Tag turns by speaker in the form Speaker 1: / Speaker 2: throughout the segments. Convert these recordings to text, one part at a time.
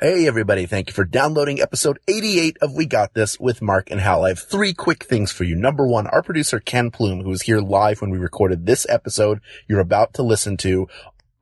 Speaker 1: Hey everybody, thank you for downloading episode 88 of We Got This with Mark and Hal. I have three quick things for you. Number one, our producer Ken Plume, who was here live when we recorded this episode you're about to listen to,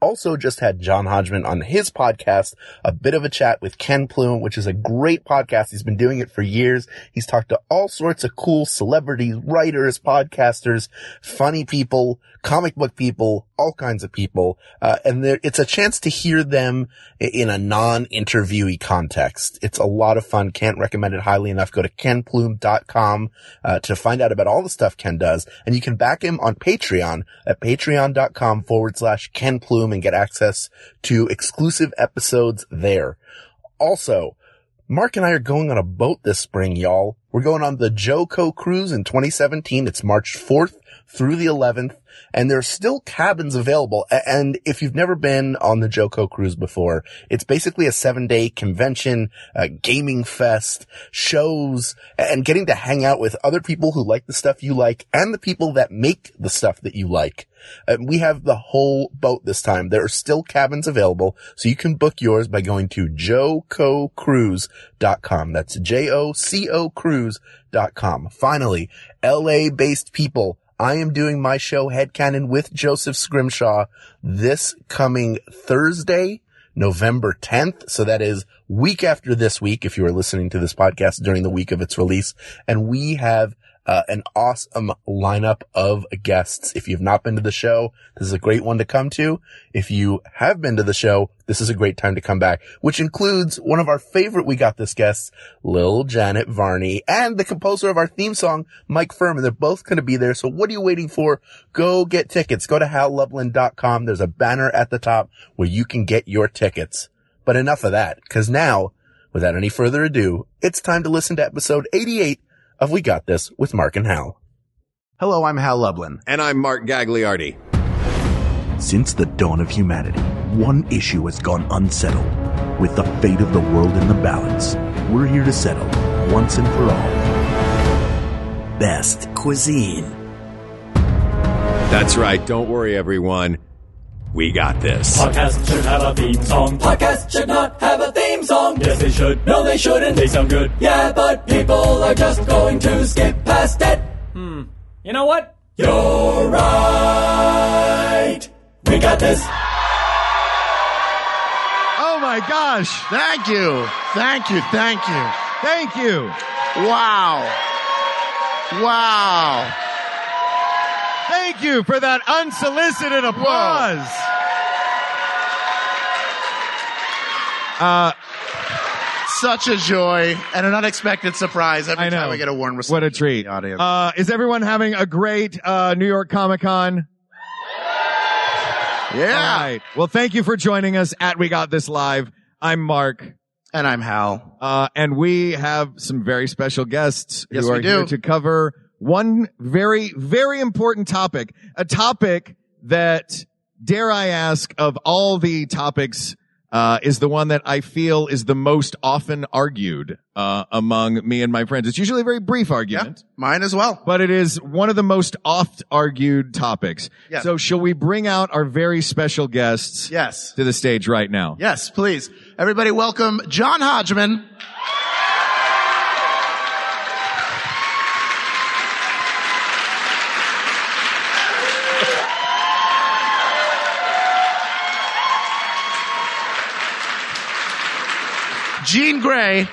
Speaker 1: also just had John Hodgman on his podcast, A Bit of a Chat with Ken Plume, which is a great podcast. He's been doing it for years. He's talked to all sorts of cool celebrities, writers, podcasters, funny people, comic book people, all kinds of people. Uh, and there, it's a chance to hear them i- in a non-interviewee context. It's a lot of fun. Can't recommend it highly enough. Go to kenplume.com uh, to find out about all the stuff Ken does. And you can back him on Patreon at patreon.com forward slash Ken Plume and get access to exclusive episodes there. Also, Mark and I are going on a boat this spring, y'all. We're going on the Joco cruise in 2017. It's March 4th through the 11th and there's still cabins available. A- And if you've never been on the Joco cruise before, it's basically a seven day convention, uh, gaming fest, shows, and getting to hang out with other people who like the stuff you like and the people that make the stuff that you like. And Uh, we have the whole boat this time. There are still cabins available, so you can book yours by going to jococruise.com. That's J-O-C-O cruise.com. Finally, LA based people, I am doing my show Headcanon with Joseph Scrimshaw this coming Thursday, November 10th. So that is week after this week, if you are listening to this podcast during the week of its release. And we have uh, an awesome lineup of guests. If you've not been to the show, this is a great one to come to. If you have been to the show, this is a great time to come back, which includes one of our favorite We Got This guests, Lil Janet Varney, and the composer of our theme song, Mike Furman. They're both going to be there. So what are you waiting for? Go get tickets. Go to howloveland.com. There's a banner at the top where you can get your tickets. But enough of that, because now, without any further ado, it's time to listen to episode 88 of We Got This with Mark and Hal. Hello, I'm Hal Lublin.
Speaker 2: And I'm Mark Gagliardi.
Speaker 1: Since the dawn of humanity, one issue has gone unsettled. With the fate of the world in the balance, we're here to settle once and for all.
Speaker 3: best cuisine.
Speaker 2: That's right. Don't worry, everyone. We got this.
Speaker 4: Uh,
Speaker 5: Podcasts should have a theme song. Podcasts should not have a theme song. Yes, they should. No, they shouldn't. They sound good. Yeah, but people are just going to skip past it. Hmm. You know what? You're right. We got this.
Speaker 4: Oh my gosh. Thank you. Thank you. Thank you. Thank you. Wow. Wow. Thank you for that unsolicited applause.
Speaker 1: Such a joy and an unexpected surprise every
Speaker 4: I know.
Speaker 1: time I get a warm reception.
Speaker 4: What a treat.
Speaker 1: from the audience.
Speaker 4: Uh, is everyone having a great uh, New York Comic Con?
Speaker 1: yeah.
Speaker 4: All right. Well, thank you for joining us at We Got This Live. I'm Mark.
Speaker 1: And I'm Hal.
Speaker 4: Uh, and we have some very special guests
Speaker 1: Yes,
Speaker 4: who
Speaker 1: we
Speaker 4: are
Speaker 1: do.
Speaker 4: here to cover one very, very important topic. A topic that, dare I ask, of all the topics, uh, is the one that I feel is the most often argued, uh, among me and my friends. It's usually a very brief argument,
Speaker 1: Mine as well.
Speaker 4: but it is one of the most oft argued topics.
Speaker 1: Yes.
Speaker 4: So shall we bring out our very special guests
Speaker 1: Yes.
Speaker 4: to the stage right now?
Speaker 1: Yes, please. Everybody welcome John Hodgman. Gene Gray.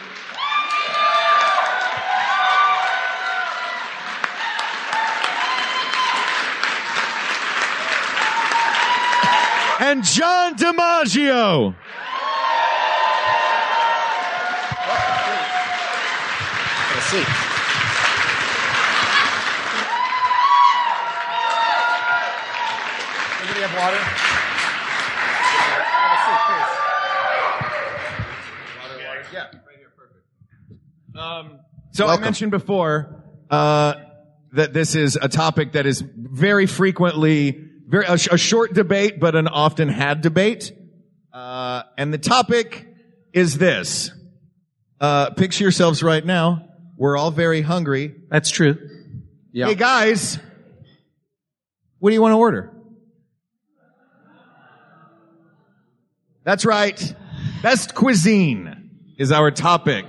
Speaker 4: And John DiMaggio.
Speaker 1: Let's see.
Speaker 4: So
Speaker 1: Welcome.
Speaker 4: I mentioned before uh, that this is a topic that is very frequently very a, sh- a short debate, but an often had debate. Uh, and the topic is this: uh, picture yourselves right now. We're all very hungry.
Speaker 6: That's true.
Speaker 4: Hey guys, what do you want to order? That's right. Best cuisine is our topic.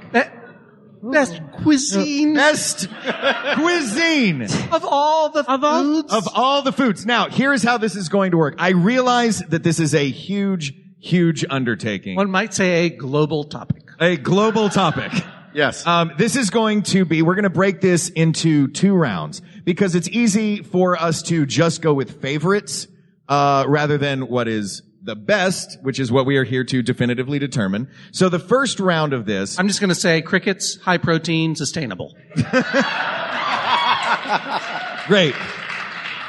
Speaker 6: Best cuisine
Speaker 4: Best cuisine.
Speaker 6: of all the
Speaker 7: Of all-
Speaker 6: foods.
Speaker 4: of all the foods. Now, here's how this is going to work. I realize that this is a huge, huge undertaking.
Speaker 6: One might say a global topic.
Speaker 4: a global topic.
Speaker 2: Yes.
Speaker 4: Um, this is going to be, we're going to break this into two rounds because it's easy for us to just go with favorites, uh, rather than what is the best, which is what we are here to definitively determine. So the first round of this,
Speaker 6: I'm just going to say crickets, high protein, sustainable.
Speaker 4: great.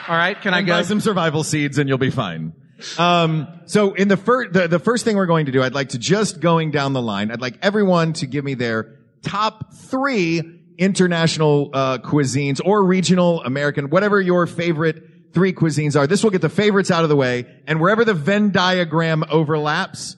Speaker 6: All right, can I
Speaker 4: buy
Speaker 6: go?
Speaker 4: some survival seeds and you'll be fine. Um, so in the first, the, the first thing we're going to do, I'd like to just going down the line, I'd like everyone to give me their top three international, uh, cuisines or regional American, whatever your favorite three cuisines are. This will get the favorites out of the way. And wherever the Venn diagram overlaps,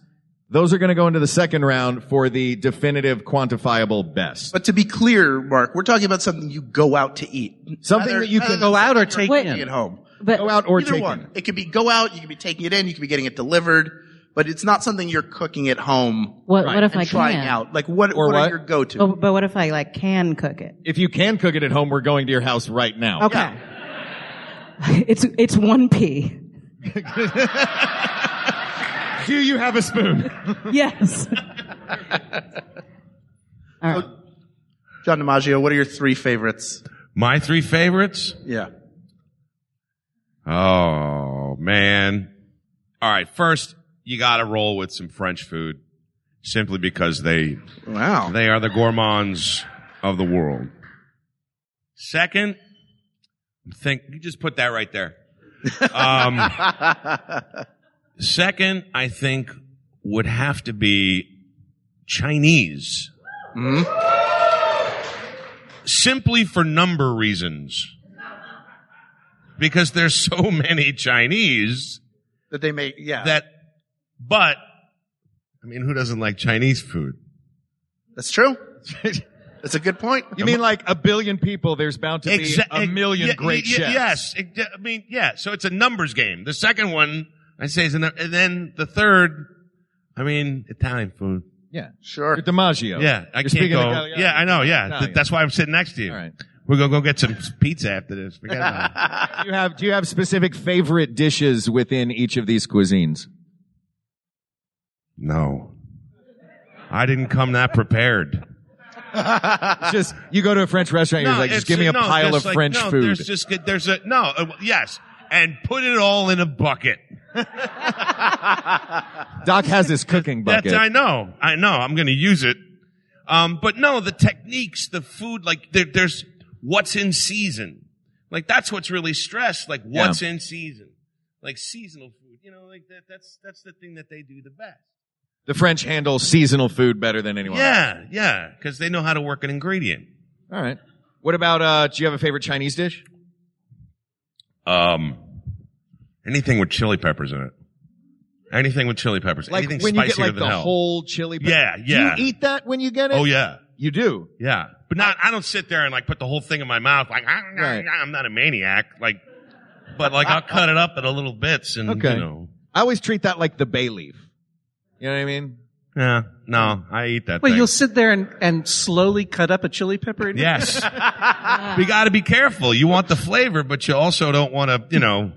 Speaker 4: those are going to go into the second round for the definitive quantifiable best.
Speaker 8: But to be clear, Mark, we're talking about something you go out to eat.
Speaker 4: Something
Speaker 8: Rather-
Speaker 4: that you
Speaker 8: rather
Speaker 4: can
Speaker 8: than
Speaker 6: go out or take
Speaker 7: Wait.
Speaker 8: eating at
Speaker 6: in?
Speaker 8: home.
Speaker 7: But
Speaker 4: go out or
Speaker 8: Either
Speaker 4: take
Speaker 8: one.
Speaker 4: in.
Speaker 8: It could be go out, you could be taking it in, you could be getting it delivered, but it's not something you're cooking at home.
Speaker 7: What- what if
Speaker 8: and
Speaker 7: I
Speaker 8: trying
Speaker 7: can't? Oh.
Speaker 8: out? Like what,
Speaker 4: Or
Speaker 8: what,
Speaker 4: what?
Speaker 8: are your go-to?
Speaker 7: but, but what if I like can cook it?
Speaker 4: If you can cook it at home, we're going to your house right now.
Speaker 7: Okay. it's it's one p.
Speaker 4: Do you have a spoon?
Speaker 7: Yes. All right.
Speaker 8: John DiMaggio, what are your three favorites?
Speaker 9: My three favorites?
Speaker 8: Yeah.
Speaker 9: Oh, man. All right. First, you got to roll with some French food simply because they,
Speaker 8: Wow.
Speaker 9: they are the gourmands of the world. Second, think, you just put that right there. Um, second, I think would have to be Chinese. Simply for number reasons. Because there's so many Chinese
Speaker 8: That they make, yeah.
Speaker 9: that, but, I mean, who doesn't like Chinese food?
Speaker 8: That's true. That's a good point.
Speaker 4: You mean like a billion people? There's bound to be
Speaker 9: Exa- e-
Speaker 4: a million
Speaker 9: yeah,
Speaker 4: great
Speaker 9: yeah,
Speaker 4: chefs.
Speaker 9: Yes, Ex- I mean, yeah. So it's a numbers game. The second one, I say, is a, nu- and then the third, I mean, Italian food.
Speaker 4: Yeah.
Speaker 8: Sure.
Speaker 4: You're DiMaggio.
Speaker 9: Yeah,
Speaker 4: Oh.
Speaker 9: I
Speaker 4: You're
Speaker 9: can't
Speaker 4: speaking
Speaker 9: go.
Speaker 4: Italian.
Speaker 9: Yeah, I know. Yeah, Th-
Speaker 4: Italian.
Speaker 9: that's why I'm sitting next to you.
Speaker 4: All right.
Speaker 9: We're gonna go get some pizza after this. Forget about it.
Speaker 4: Do you have Do you have specific favorite dishes within each of these cuisines?
Speaker 9: No, I didn't come that prepared.
Speaker 4: It's just you go to a French restaurant, you're
Speaker 9: No,
Speaker 4: like, just
Speaker 9: it's-
Speaker 4: give me a
Speaker 9: no,
Speaker 4: pile
Speaker 9: there's
Speaker 4: of
Speaker 9: like-
Speaker 4: French
Speaker 9: no,
Speaker 4: food.
Speaker 9: There's just there's a no. uh, yes, and put it all in a bucket.
Speaker 4: Doc has this cooking bucket.
Speaker 9: That's, I know. I know. I'm going to use it. Um, but no, the techniques, the food, like there, there's what's in season. Like that's what's really stressed. Like
Speaker 4: Yeah.
Speaker 9: what's in season. Like seasonal food. You know, like that, that's that's the thing that they do the best.
Speaker 4: the French handle seasonal food better than anyone.
Speaker 9: Yeah, yeah, because they know how to work an ingredient.
Speaker 4: else. All right. What about uh Do you have a favorite Chinese dish?
Speaker 9: Um, anything with chili peppers in it. Anything with chili peppers.
Speaker 4: Like
Speaker 9: anything
Speaker 4: when you
Speaker 9: spicier
Speaker 4: get like
Speaker 9: than
Speaker 4: the
Speaker 9: hell.
Speaker 4: whole chili. pepper-
Speaker 9: Yeah, yeah.
Speaker 4: Do you eat that when you get it?
Speaker 9: oh yeah.
Speaker 4: you do.
Speaker 9: Yeah, but not. I don't sit there and like put the whole thing in my mouth. Like I,
Speaker 4: Right.
Speaker 9: am not a maniac. Like, but like I'll cut it up into little bits and
Speaker 4: Okay.
Speaker 9: you know.
Speaker 4: I always treat that like the bay leaf. You know what I mean?
Speaker 9: Yeah, no, I eat that.
Speaker 6: Wait,
Speaker 9: thing.
Speaker 6: you'll sit there and, and slowly cut up a chili pepper? and-
Speaker 9: Yes, we got to be careful. You want the flavor, but you also don't want to. You know,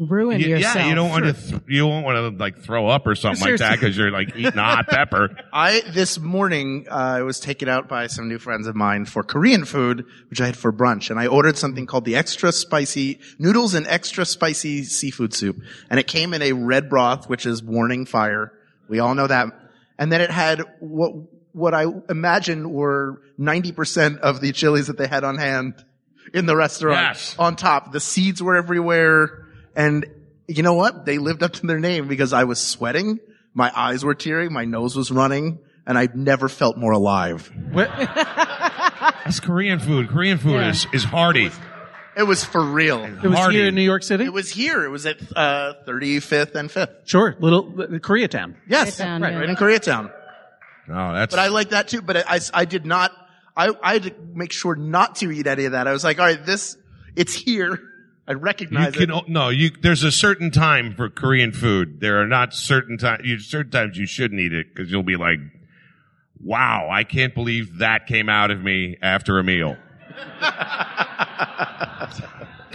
Speaker 7: Ruin
Speaker 9: you-
Speaker 7: yourself.
Speaker 9: yeah, you don't want to. Th- you don't want to like throw up or something like that
Speaker 6: Seriously.
Speaker 9: because you're like eating hot pepper.
Speaker 8: I, this morning, uh, I was taken out by some new friends of mine for Korean food, which I had for brunch, and I ordered something called the extra spicy noodles and extra spicy seafood soup. And it came in a red broth, which is warning fire. We all know that. And then it had what, what I imagine were 90% of the chilies that they had on hand in the restaurant
Speaker 9: Yes.
Speaker 8: on top. The seeds were everywhere. And you know what? They lived up to their name because I was sweating. My eyes were tearing. My nose was running. And I've never felt more alive.
Speaker 9: That's Korean food. Korean food is is hearty.
Speaker 8: It was for real.
Speaker 6: It was
Speaker 9: Hardy.
Speaker 6: here in New York City?
Speaker 8: It was here. It was at uh, 35th and 5th.
Speaker 6: sure, little the Koreatown.
Speaker 8: Yes.
Speaker 7: Koreatown,
Speaker 8: right,
Speaker 7: yeah.
Speaker 8: right in Koreatown.
Speaker 9: No, Oh, that's.
Speaker 8: But I like that too. But I, I, I did not, I, I had to make sure not to eat any of that. I was like, all right, this, it's here. I
Speaker 9: You
Speaker 8: recognize
Speaker 9: can
Speaker 8: it.
Speaker 9: o- no. You there's a certain time for Korean food. There are not certain time. You certain times you shouldn't eat it because you'll be like, "Wow, I can't believe that came out of me after a meal."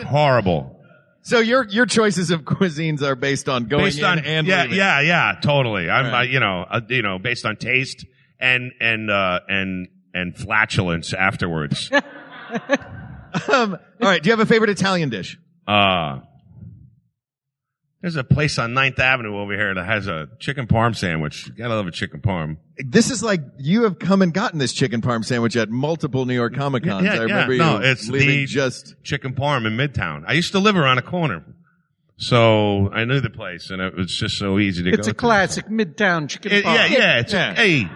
Speaker 9: Horrible.
Speaker 4: So your your choices of cuisines are based on going
Speaker 9: based
Speaker 4: in
Speaker 9: on
Speaker 4: and
Speaker 9: yeah
Speaker 4: leaving.
Speaker 9: yeah yeah totally. I'm uh, you know uh, you know based on taste and and uh, and and flatulence afterwards.
Speaker 4: Um, all right. Do you have a favorite Italian dish?
Speaker 9: Uh, there's a place on Ninth Avenue over here that has a chicken parm sandwich. You gotta love a chicken parm.
Speaker 4: This is like you have come and gotten this chicken parm sandwich at multiple New York Comic Cons.
Speaker 9: Yeah,
Speaker 4: I remember
Speaker 9: yeah. No,
Speaker 4: you
Speaker 9: it's
Speaker 4: leaving
Speaker 9: the-
Speaker 4: just
Speaker 9: Chicken parm in Midtown. I used to live around a corner. So I knew the place and it was just so easy to go.
Speaker 6: It's a
Speaker 9: to.
Speaker 6: classic midtown chicken.
Speaker 9: It-
Speaker 6: parm.
Speaker 9: yeah, yeah. It's
Speaker 4: Yeah.
Speaker 9: A, hey.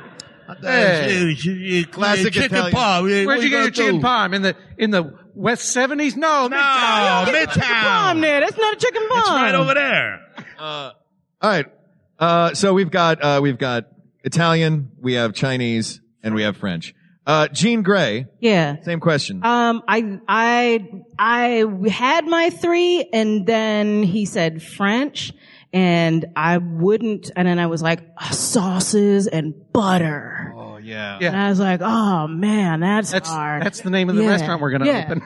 Speaker 6: Hey.
Speaker 9: Hey,
Speaker 4: Classic
Speaker 9: chicken
Speaker 4: Italian.
Speaker 9: parm.
Speaker 6: Where'd you get your
Speaker 9: gonna
Speaker 6: chicken
Speaker 9: do?
Speaker 6: parm in the in the West seventies? No, midtown.
Speaker 9: No,
Speaker 7: That's a chicken
Speaker 9: Midtown.
Speaker 7: bomb there. That's not a chicken bomb.
Speaker 9: It's right over there.
Speaker 4: all right. Uh, so we've got uh, we've got Italian, we have Chinese, and we have French. Uh, Jean Grey,
Speaker 7: Yeah.
Speaker 4: same question.
Speaker 6: Uh,
Speaker 7: Um, I, I, I had my three and then he said French and I wouldn't. And then I was like, "Ah, sauces and butter.
Speaker 4: oh yeah.
Speaker 7: And I was like, oh man, that's,
Speaker 6: That's
Speaker 7: hard.
Speaker 6: that's the name of the
Speaker 7: Yeah.
Speaker 6: restaurant we're going to
Speaker 7: Yeah.
Speaker 6: open.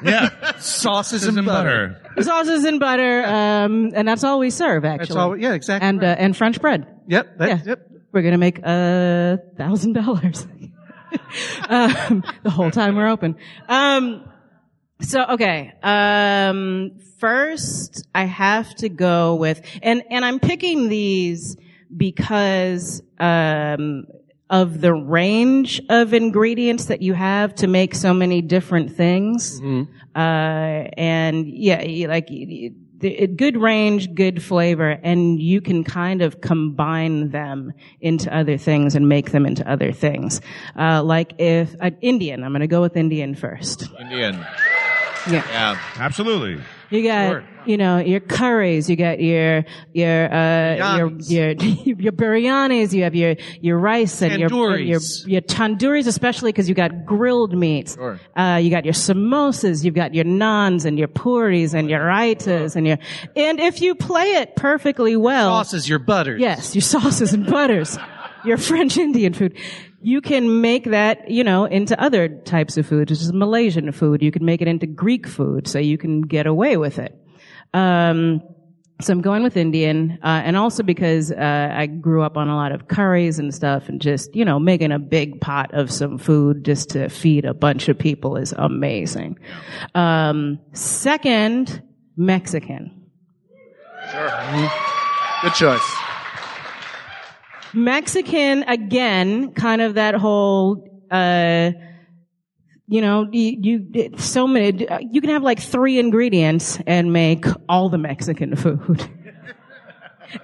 Speaker 9: Yeah.
Speaker 6: Sauces
Speaker 9: Some
Speaker 6: and butter.
Speaker 9: butter.
Speaker 7: Sauces and butter. Um, and that's all we serve actually.
Speaker 6: That's all. Yeah, exactly.
Speaker 7: And, uh, and French bread.
Speaker 6: yep. That,
Speaker 7: yeah.
Speaker 6: Yep.
Speaker 7: We're going to make a thousand dollars. Um, the whole time we're open. Um, so okay, um, first I have to go with, and and I'm picking these because um, of the range of ingredients that you have to make so many different things. Uh, and yeah, you- like y- y- the- it- good range, good flavor, and you can kind of combine them into other things and make them into other things. Uh, like if uh, Indian, I'm going to go with Indian first.
Speaker 4: Indian.
Speaker 7: Yeah.
Speaker 4: Yeah.
Speaker 9: Absolutely.
Speaker 7: You got, you know, your curries, you got your, your, uh, your,
Speaker 6: Biryanis.
Speaker 7: your, your biryanis, you have your, your rice and your, and your,
Speaker 6: Tandoori's.
Speaker 7: your tandoori's, especially because you got grilled meats. Uh, you got your samosas, you've got your naans and your puris and your raitas and your, and if you play it perfectly well.
Speaker 6: Sauces your butter.
Speaker 7: Yes, your sauces and butters, your French Indian food. You can make that, you know, into other types of food, such as Malaysian food. You can make it into Greek food, so you can get away with it. Um, so I'm going with Indian, uh, and also because uh, I grew up on a lot of curries and stuff, and just you know making a big pot of some food just to feed a bunch of people is amazing. Um, second, Mexican.
Speaker 8: Good choice.
Speaker 7: Mexican again, kind of that whole, uh, you know, you, you so many. You can have like three ingredients and make all the Mexican food.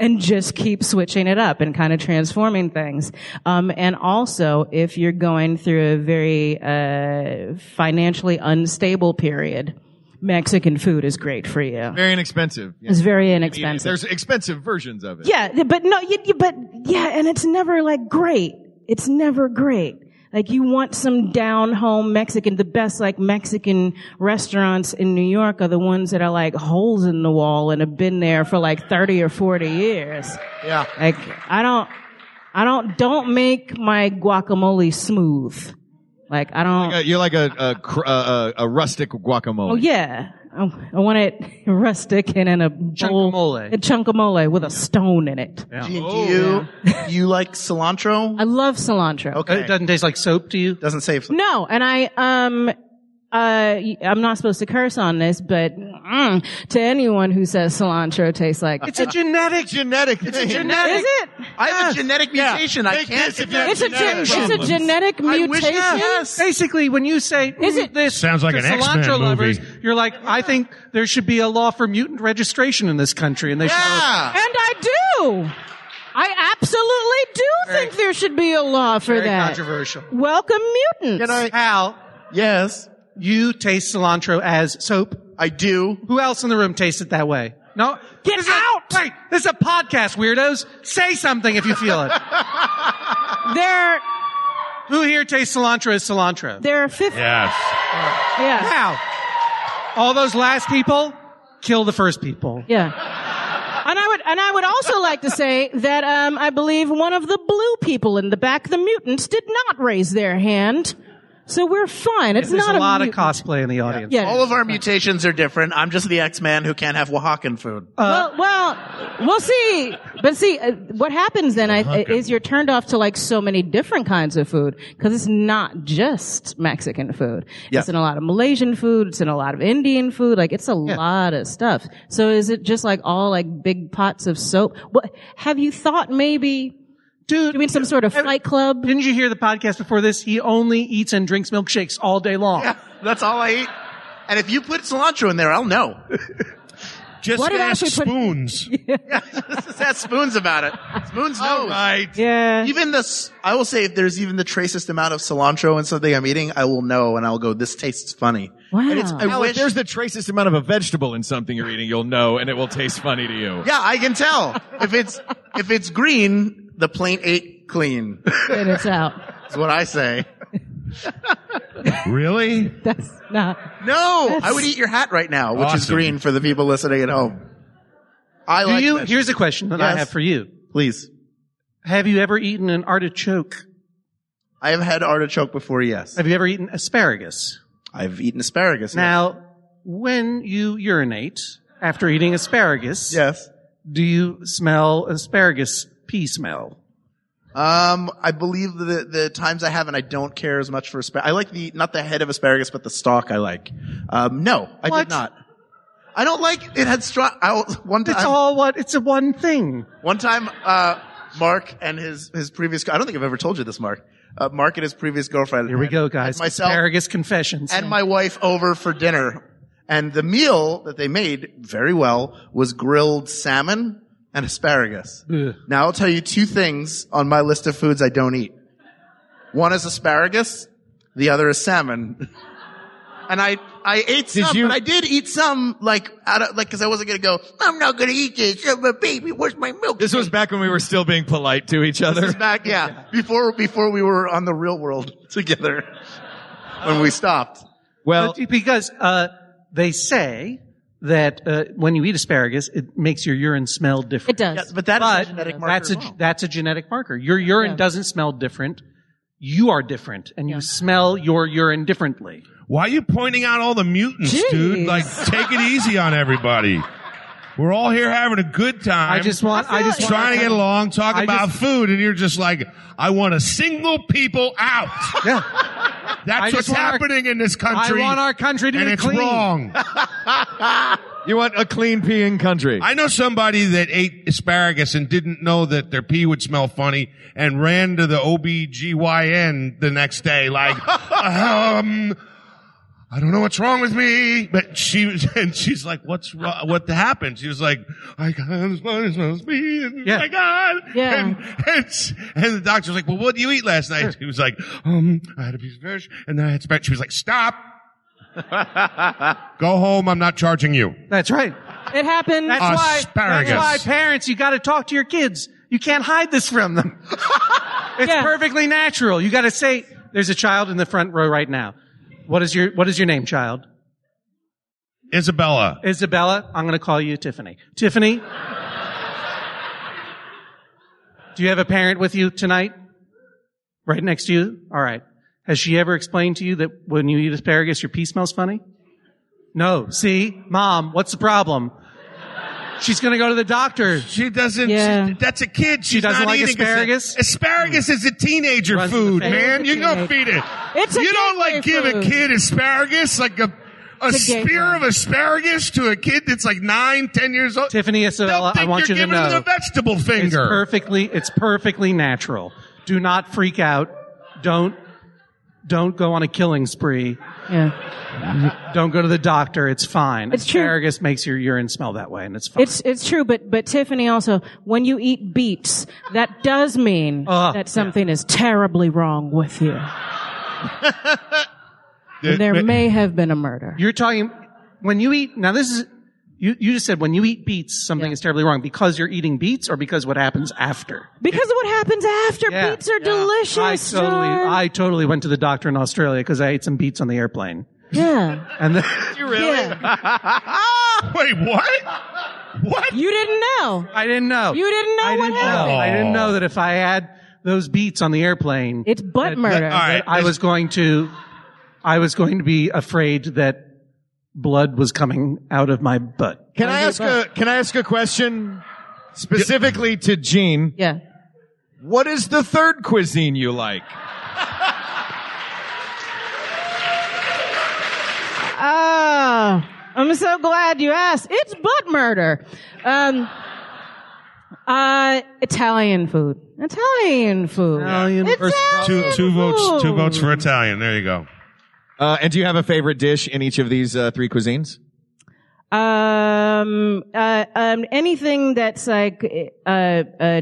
Speaker 7: And just keep switching it up and kind of transforming things. Um, and also, if you're going through a very uh, financially unstable period, Mexican food is great for you.
Speaker 4: Very inexpensive. Yeah.
Speaker 7: It's very inexpensive.
Speaker 4: There's expensive versions of it.
Speaker 7: Yeah, but no, you, you, but yeah, and it's never like great. It's never great. Like you want some down home Mexican. The best like Mexican restaurants in New York are the ones that are like holes in the wall and have been there for like 30 or 40 years.
Speaker 4: Yeah.
Speaker 7: Like I don't, I don't, don't make my guacamole smooth. Like I don't.
Speaker 4: Uh, You're like a a, cr- uh, a, a rustic guacamole.
Speaker 7: Oh yeah. I, I want it rustic and in a bowl,
Speaker 6: Chunkamole.
Speaker 7: a chunkamole with a stone in it.
Speaker 8: Do you,
Speaker 9: Oh,
Speaker 8: do you, you like cilantro?
Speaker 7: I love cilantro.
Speaker 6: Uh,
Speaker 8: Okay.
Speaker 6: It doesn't taste like soap to you.
Speaker 8: Doesn't say. fl-
Speaker 7: No, and I um uh y- I'm not supposed to curse on this, but mm, to anyone who says cilantro tastes like
Speaker 6: It's a genetic.
Speaker 4: Genetic. It's a
Speaker 7: is it?
Speaker 8: I have a genetic mutation. I can't.
Speaker 4: this if
Speaker 8: If
Speaker 4: you have
Speaker 7: It's a gen-
Speaker 4: Genetic
Speaker 7: it's a
Speaker 4: problems.
Speaker 7: genetic mutation.
Speaker 8: wish- yes.
Speaker 6: Basically, when you say
Speaker 7: Is
Speaker 6: "Mm,
Speaker 7: it-
Speaker 6: this
Speaker 9: Sounds like
Speaker 6: to
Speaker 9: an X-Men
Speaker 6: cilantro lovers,
Speaker 9: movie.
Speaker 6: you're like, I think there should be a law for mutant registration in this country, and they should.
Speaker 4: Yeah.
Speaker 7: And I do. I absolutely do think there should be a law for
Speaker 6: Very
Speaker 7: that.
Speaker 6: controversial.
Speaker 7: Welcome mutants.
Speaker 6: Hal,
Speaker 8: yes,
Speaker 6: you taste cilantro as soap.
Speaker 8: I do.
Speaker 6: Who else in the room tastes it that way? No,
Speaker 7: Get
Speaker 6: This is a-
Speaker 7: out!
Speaker 6: wait, this is a podcast, weirdos. Say something if you feel it.
Speaker 7: There,
Speaker 6: Who here tastes cilantro as cilantro?
Speaker 7: there are fifty.
Speaker 9: Yes.
Speaker 7: Yeah.
Speaker 6: How? All those last people? Kill the first people.
Speaker 7: Yeah. And I would, and I would also like to say that um, I believe one of the blue people in the back, the mutants, did not raise their hand, so we're fine. It's
Speaker 6: There's
Speaker 7: not
Speaker 6: a lot of
Speaker 7: mutant.
Speaker 6: cosplay in the audience.
Speaker 7: Yeah.
Speaker 8: All of our mutations are different. I'm just the X-Man who can't have Oaxacan food.
Speaker 7: well, well, we'll see. But see, uh, what happens then I, is you're turned off to like so many different kinds of food because it's not just Mexican food.
Speaker 8: Yeah.
Speaker 7: It's in a lot of Malaysian food. It's in a lot of Indian food. Like it's a lot of stuff. So is it just like all like big pots of soap? What have you thought maybe?
Speaker 6: Dude,
Speaker 7: You mean some sort of fight club?
Speaker 6: didn't you hear the podcast before this? He only eats and drinks milkshakes all day long.
Speaker 8: That's all I eat. And if you put cilantro in there, I'll know.
Speaker 9: Just
Speaker 7: What did
Speaker 9: ask
Speaker 7: Ashley put-
Speaker 9: spoons.
Speaker 8: Just ask Spoons about it. Spoons knows.
Speaker 9: right.
Speaker 7: Yeah.
Speaker 8: Even this, I will say, if there's even the tracest amount of cilantro in something I'm eating, I will know, and I'll go, "This tastes funny."
Speaker 7: Wow.
Speaker 8: And it's, I
Speaker 4: Now, if
Speaker 8: wish.
Speaker 4: there's the tracest amount of a vegetable in something you're eating, you'll know, and it will taste funny to you.
Speaker 8: yeah, I can tell if it's if it's green, the plate ate clean.
Speaker 7: And it's out.
Speaker 8: That's what I say.
Speaker 9: Really?
Speaker 7: That's not.
Speaker 8: No, I would eat your hat right now, which is
Speaker 9: Awesome.
Speaker 8: green for the people listening at home. I
Speaker 6: Do
Speaker 8: like
Speaker 6: you?
Speaker 8: that.
Speaker 6: Here's a question that I
Speaker 8: Yes.
Speaker 6: have for you.
Speaker 8: Please,
Speaker 6: Have you ever eaten an artichoke?
Speaker 8: I have had artichoke before. Yes,
Speaker 6: Have you ever eaten asparagus?
Speaker 8: I've eaten asparagus.
Speaker 6: Now, when you urinate after eating asparagus,
Speaker 8: yes.
Speaker 6: do you smell asparagus pea smell?
Speaker 8: Um, I believe the the times I haven't, I don't care as much for asparagus. I like the not the head of asparagus, but the stalk. I like. Um, no, I
Speaker 6: What?
Speaker 8: did not. I don't like it had straw. I, was- one time,
Speaker 6: It's all what it's a one thing.
Speaker 8: one time, uh, Mark and his his previous. I don't think I've ever told you this, Mark. Uh, Mark and his previous girlfriend.
Speaker 6: Here we go, guys.
Speaker 8: myself-
Speaker 6: asparagus confessions.
Speaker 8: and my wife over for dinner. And the meal that they made very well was grilled salmon and asparagus. Now I'll tell you two things on my list of foods I don't eat. One is asparagus, the other is salmon. And I, I ate some,
Speaker 4: you-
Speaker 8: but I did eat some, like, out of, like, cause I wasn't gonna go, I'm not gonna eat this, I'm a baby, where's my milk?
Speaker 4: This was back when we were still being polite to each other.
Speaker 8: This is back, yeah, before, before we were on the real world together. When we stopped.
Speaker 4: Well,
Speaker 6: But because uh, they say that uh, when you eat asparagus, it makes your urine smell different.
Speaker 7: It does.
Speaker 8: Yeah, but that is
Speaker 6: But
Speaker 8: a genetic marker.
Speaker 6: that's a
Speaker 8: as well.
Speaker 6: that's a genetic marker. Your urine
Speaker 7: Yeah.
Speaker 6: doesn't smell different. You are different, and you smell your urine differently.
Speaker 9: Why are you pointing out all the mutants, dude?
Speaker 7: Jeez.
Speaker 9: Like, take it easy on everybody. We're all here having a good time.
Speaker 6: I just want. I, just want
Speaker 9: trying to get along, talk
Speaker 6: I
Speaker 9: about
Speaker 6: just-
Speaker 9: food, and you're just like, I want to single people out.
Speaker 6: I
Speaker 9: That's
Speaker 6: just
Speaker 9: what's
Speaker 6: want our-
Speaker 9: happening in this
Speaker 6: I
Speaker 9: country.
Speaker 6: want our country to
Speaker 9: and
Speaker 6: be
Speaker 9: it's
Speaker 6: clean.
Speaker 9: wrong.
Speaker 4: you want a clean peeing country.
Speaker 9: I know somebody that ate asparagus and didn't know that their pee would smell funny and ran to the OBGYN the next day like, um, I don't know what's wrong with me, but she was, and she's like, what's wrong? What happened? She was like, I got this funny smells pee and
Speaker 6: Yeah.
Speaker 9: my God.
Speaker 7: Yeah.
Speaker 9: And, and, s- and the doctor was like, well, what did you eat last night? She was like, um, I had a piece of fish and then I had spent, she was like, stop. Go home. I'm not charging you.
Speaker 6: That's right.
Speaker 7: It happened.
Speaker 6: That's why.
Speaker 9: Asparagus.
Speaker 6: That's why parents, you got to talk to your kids. You can't hide this from them. it's
Speaker 7: Yeah.
Speaker 6: perfectly natural. You got to say, "There's a child in the front row right now. What is your What is your name, child?
Speaker 9: Isabella.
Speaker 6: Isabella. I'm going to call you Tiffany. Tiffany." Do you have a parent with you tonight? Right next to you? All right. Has she ever explained to you that when you eat asparagus, your pee smells funny? No. See? Mom, what's the problem? She's going to go to the doctor.
Speaker 9: She doesn't.
Speaker 7: Yeah.
Speaker 9: She, that's a kid. She's
Speaker 6: doesn't
Speaker 9: not
Speaker 6: like
Speaker 9: eating
Speaker 6: asparagus?
Speaker 9: As asparagus is a teenager
Speaker 6: Runs in the
Speaker 9: food,
Speaker 6: family.
Speaker 9: man.
Speaker 7: It's a
Speaker 9: You don't feed it.
Speaker 7: It's a
Speaker 9: you don't like
Speaker 7: gateway
Speaker 9: give a
Speaker 7: food.
Speaker 9: kid asparagus like a a
Speaker 7: It's a gateway.
Speaker 9: spear of asparagus to a kid that's like nine, ten years old.
Speaker 6: Tiffany
Speaker 9: They'll
Speaker 6: Isabella,
Speaker 9: think
Speaker 6: I want you
Speaker 9: you're
Speaker 6: to
Speaker 9: giving
Speaker 6: know.
Speaker 9: them a vegetable
Speaker 6: It's
Speaker 9: finger.
Speaker 6: perfectly it's perfectly natural. Do not freak out. Don't don't go on a killing spree.
Speaker 7: yeah.
Speaker 6: Don't go to the doctor. It's fine.
Speaker 7: It's true.
Speaker 6: asparagus makes your urine smell that way and it's fine.
Speaker 7: It's it's true, but but Tiffany also, when you eat beets, that does mean
Speaker 6: Uh,
Speaker 7: that something is terribly wrong with you. And there may have been a murder.
Speaker 6: You're talking when you eat now this is you, you just said when you eat beets something
Speaker 7: Yeah.
Speaker 6: is terribly wrong because you're eating beets or because what happens after.
Speaker 7: Because of what happens after.
Speaker 6: Yeah.
Speaker 7: Beets are
Speaker 6: Yeah.
Speaker 7: delicious.
Speaker 6: I totally
Speaker 7: John.
Speaker 6: I totally went to the doctor in Australia because I ate some beets on the airplane.
Speaker 7: yeah.
Speaker 6: And then
Speaker 7: yeah.
Speaker 9: Wait, what? What?
Speaker 7: You didn't know.
Speaker 6: I didn't know.
Speaker 7: You didn't know
Speaker 6: I
Speaker 7: what
Speaker 6: didn't
Speaker 7: happened.
Speaker 6: Know. I didn't know that if I had those beats on the airplane,
Speaker 7: It's butt murder.
Speaker 9: All right.
Speaker 6: I was going to, I was going to be afraid that blood was coming out out of my butt.
Speaker 4: Can I ask a Can I ask a question specifically to Gene?
Speaker 7: Yeah.
Speaker 4: What is the third cuisine you like?
Speaker 7: Oh, I'm so glad you asked. It's butt murder. Um, uh, Italian food. Italian food.
Speaker 6: Italian versus-
Speaker 9: Two,
Speaker 7: Italian
Speaker 9: two votes, two
Speaker 7: food.
Speaker 9: votes for Italian. There you go.
Speaker 4: Uh, and do you have a favorite dish in each of these uh, three cuisines?
Speaker 7: Um, uh, um, anything that's like a, a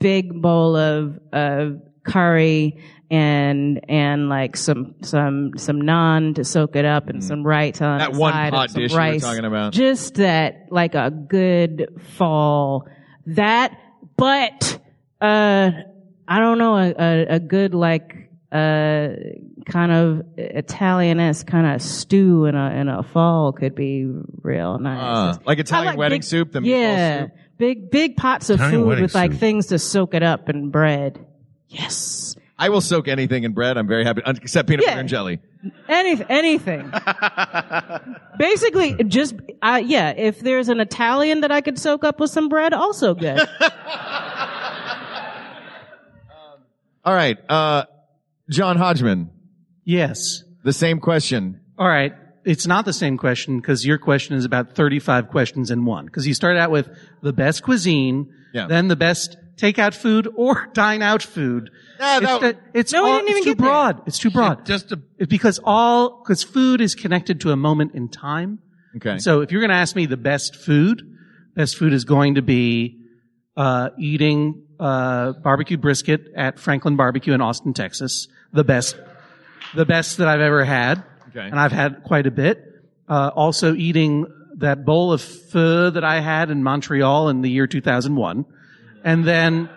Speaker 7: big bowl of, of curry and, and like some, some, some naan to soak it up and some rice on
Speaker 4: Mm. That
Speaker 7: the
Speaker 4: one
Speaker 7: side and
Speaker 4: pot
Speaker 7: some
Speaker 4: dish you were
Speaker 7: rice.
Speaker 4: talking about.
Speaker 7: Just that, like a good fall. That, but, uh, I don't know, a, a, a good like, uh, kind of Italian-esque kind of stew in a, in a fall could be real nice.
Speaker 4: Uh, like Italian
Speaker 7: I like
Speaker 4: wedding
Speaker 7: big-
Speaker 4: soup, the meatball
Speaker 7: yeah,
Speaker 4: soup.
Speaker 7: big big pots of
Speaker 9: Italian
Speaker 7: food
Speaker 9: wedding
Speaker 7: with like
Speaker 9: soup.
Speaker 7: things to soak it up and bread. Yes,
Speaker 4: I will soak anything in bread. I'm very happy, un- except peanut butter
Speaker 7: Yeah.
Speaker 4: and jelly.
Speaker 7: Any, anything. Basically, just uh, yeah. If there's an Italian that I could soak up with some bread, also good.
Speaker 4: All right, uh, John Hodgman.
Speaker 6: Yes.
Speaker 4: The same question.
Speaker 6: All right. It's not the same question because your question is about 35 questions in one. Because you start out with the best cuisine,
Speaker 4: Yeah.
Speaker 6: then the best takeout food or dine out food.
Speaker 4: Ah,
Speaker 6: it's
Speaker 4: that-
Speaker 6: the- it's,
Speaker 7: No, we
Speaker 6: all-
Speaker 7: didn't
Speaker 6: it's
Speaker 7: even
Speaker 6: too
Speaker 7: get there.
Speaker 6: broad. It's too broad.
Speaker 9: Just a
Speaker 6: It's because all, because food is connected to a moment in time.
Speaker 4: Okay.
Speaker 6: So if you're going to ask me the best food, best food is going to be uh, eating uh, barbecue brisket at Franklin Barbecue in Austin, Texas. The best, the best that I've ever had,
Speaker 4: Okay.
Speaker 6: and I've had quite a bit. Uh, also eating that bowl of pho that I had in Montreal in the year 2001, and then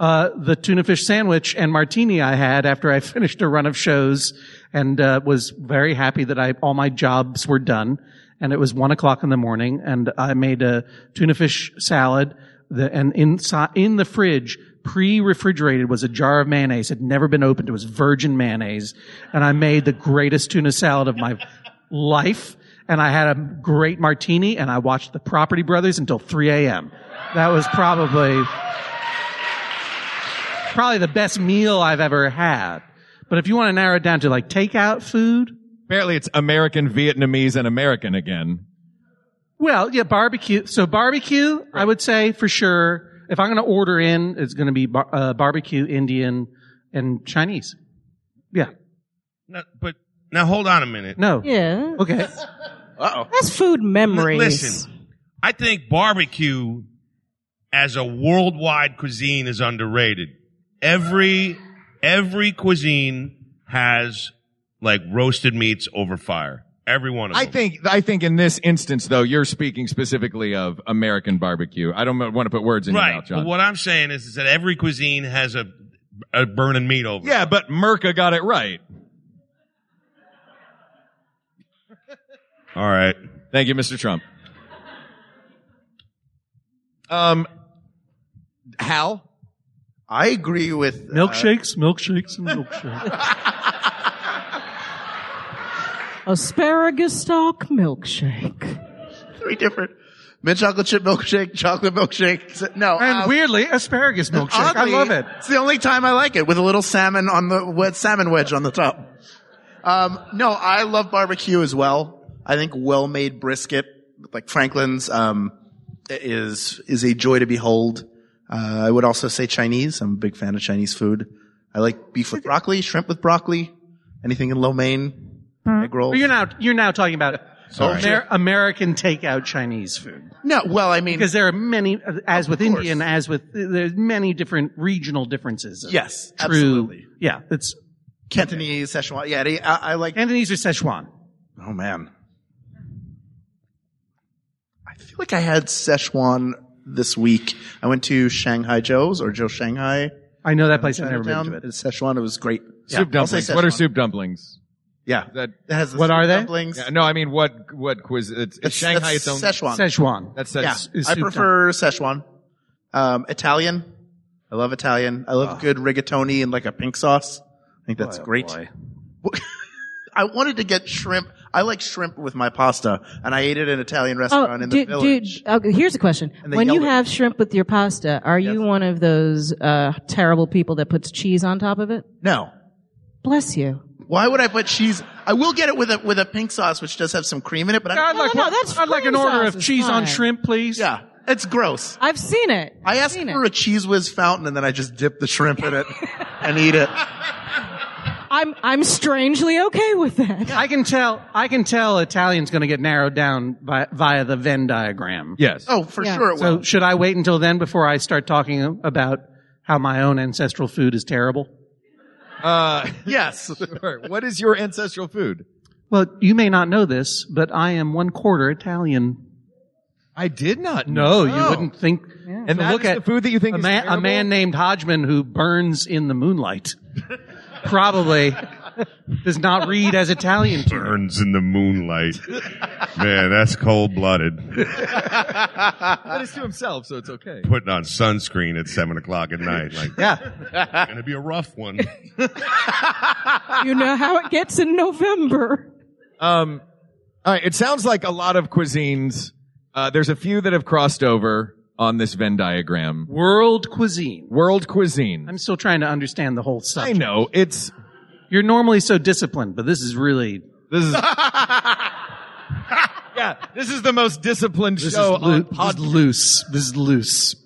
Speaker 6: uh, the tuna fish sandwich and martini I had after I finished a run of shows and uh, was very happy that I all my jobs were done. And it was one o'clock in the morning, and I made a tuna fish salad. The, and inside in the fridge, pre-refrigerated, was a jar of mayonnaise. Had never been opened. It was virgin mayonnaise, and I made the greatest tuna salad of my life. And I had a great martini, and I watched The Property Brothers until 3 a.m. That was probably probably the best meal I've ever had. But if you want to narrow it down to like takeout food,
Speaker 4: Apparently, it's American, Vietnamese, and American again.
Speaker 6: well, yeah, barbecue. So barbecue, I would say for sure. If I'm going to order in, it's going to be bar- uh, barbecue, Indian, and Chinese. Yeah.
Speaker 9: No, but now hold on a minute.
Speaker 6: No.
Speaker 7: yeah,
Speaker 6: Okay.
Speaker 7: that's food memories.
Speaker 9: Listen, I think barbecue as a worldwide cuisine is underrated. Every every cuisine has like roasted meats over fire. Every one of
Speaker 4: I
Speaker 9: them.
Speaker 4: think, I think in this instance, though, you're speaking specifically of American barbecue. I don't want to put words in your
Speaker 9: right.
Speaker 4: mouth,
Speaker 9: But
Speaker 4: John.
Speaker 9: what I'm saying is, is that every cuisine has a a burning meat over.
Speaker 4: yeah, but Merca got it right.
Speaker 9: All right.
Speaker 4: Thank you, Mr. Trump. Um, Hal,
Speaker 8: I agree with uh,
Speaker 6: Milkshakes, milkshakes, and milkshakes.
Speaker 7: Asparagus stock milkshake.
Speaker 8: three different mint chocolate chip milkshake, chocolate milkshake. No, uh,
Speaker 6: and weirdly, asparagus milkshake.
Speaker 8: oddly,
Speaker 6: I love it.
Speaker 8: It's the only time I like it with a little salmon on the wet salmon wedge on the top. Um, no, I love barbecue as well. I think well-made brisket, like Franklin's, um, is is a joy to behold. Uh, I would also say Chinese. I'm a big fan of Chinese food. I like beef with broccoli, shrimp with broccoli, anything in lo mein, egg rolls.
Speaker 6: You're now you're now talking about
Speaker 8: Sorry.
Speaker 6: Amer- American takeout Chinese food.
Speaker 8: No, well, I mean,
Speaker 6: because there are many, uh, as with
Speaker 8: course.
Speaker 6: Indian, as with there's many different regional differences. of
Speaker 8: Yes,
Speaker 6: true,
Speaker 8: absolutely.
Speaker 6: Yeah, it's
Speaker 8: Cantonese, Szechuan. Yeah, they- I, I like.
Speaker 6: Cantonese or Sichuan.
Speaker 8: Oh man, I feel like I had Szechuan this week. I went to Shanghai Joe's or Joe Shanghai.
Speaker 6: I know that place. I've never been
Speaker 8: Chinatown.
Speaker 6: to it.
Speaker 8: It's Szechuan. It was great.
Speaker 4: soup
Speaker 8: I'll say
Speaker 4: dumplings. What are
Speaker 8: Szechuan.
Speaker 4: soup dumplings?
Speaker 8: Yeah.
Speaker 4: That-
Speaker 8: that has the
Speaker 6: What are
Speaker 8: soup
Speaker 6: they?
Speaker 8: Dumplings.
Speaker 4: Yeah, no, I mean what what quiz? It's, it's Shanghai.
Speaker 8: that's
Speaker 4: Its own.
Speaker 8: Szechuan.
Speaker 6: Szechuan.
Speaker 4: That's
Speaker 8: yeah,
Speaker 4: that's
Speaker 6: is
Speaker 8: I
Speaker 6: soup
Speaker 8: prefer Szechuan. Um, Italian. I love Italian. I
Speaker 6: Ah.
Speaker 8: love good rigatoni and like a pink sauce. I think that's
Speaker 6: oh
Speaker 8: great. I wanted to get shrimp. I like shrimp with my pasta, and I ate at an Italian restaurant in the
Speaker 7: Oh, dude, uh
Speaker 8: village.
Speaker 7: okay, here's a question.
Speaker 8: And they
Speaker 7: When you
Speaker 8: yelled at
Speaker 7: have shrimp with your pasta, are you one of those uh, terrible people that puts cheese on top of it?
Speaker 8: No.
Speaker 7: Bless you.
Speaker 8: Why would I put cheese? I will get it with a with a pink sauce, which does have some cream in it, but I don't,
Speaker 6: I'd like,
Speaker 7: no,
Speaker 6: one-
Speaker 7: that's
Speaker 6: I'd like an
Speaker 7: cream
Speaker 6: order
Speaker 7: sauce
Speaker 6: of
Speaker 7: is
Speaker 6: cheese on
Speaker 7: fine.
Speaker 6: shrimp, please.
Speaker 8: yeah, it's gross.
Speaker 7: I've seen it.
Speaker 8: I
Speaker 7: I've
Speaker 8: asked
Speaker 7: seen
Speaker 8: for
Speaker 7: it.
Speaker 8: a cheese whiz fountain, and then I just dip the shrimp in it and eat it.
Speaker 7: I'm I'm strangely okay with that.
Speaker 6: I can tell. I can tell Italian's going to get narrowed down by, via the Venn diagram.
Speaker 4: yes.
Speaker 8: Oh, for
Speaker 7: Yeah.
Speaker 8: sure it
Speaker 6: So
Speaker 8: will.
Speaker 6: should I wait until then before I start talking about how my own ancestral food is terrible?
Speaker 4: Uh,
Speaker 8: yes.
Speaker 4: sure. What is your ancestral food?
Speaker 6: Well, you may not know this, but I am one quarter Italian.
Speaker 4: I did not
Speaker 6: No,
Speaker 4: know.
Speaker 6: you wouldn't think.
Speaker 4: And
Speaker 6: So
Speaker 4: that
Speaker 6: look
Speaker 4: is
Speaker 6: at
Speaker 4: the food that you think
Speaker 6: a
Speaker 4: is
Speaker 6: man, a
Speaker 4: terrible?
Speaker 6: man named Hodgman who burns in the moonlight probably does not read as Italian to me.
Speaker 9: Burns in the moonlight. Man, that's cold blooded.
Speaker 8: Uh,
Speaker 4: But it's to himself, so it's okay.
Speaker 9: Putting on sunscreen at seven o'clock at night. Like,
Speaker 6: Yeah.
Speaker 9: gonna be a rough one.
Speaker 7: you know how it gets in November.
Speaker 4: Um, all right. It sounds like a lot of cuisines. Uh, there's a few that have crossed over on this Venn diagram.
Speaker 6: World cuisine.
Speaker 4: World cuisine.
Speaker 6: I'm still trying to understand the whole
Speaker 4: I
Speaker 6: subject.
Speaker 4: know it's
Speaker 6: You're normally so disciplined, but this is really
Speaker 4: this is. yeah, this is the most disciplined
Speaker 6: this
Speaker 4: show
Speaker 6: is loo-
Speaker 4: on
Speaker 6: this is
Speaker 4: pod.
Speaker 6: loose. This is loose.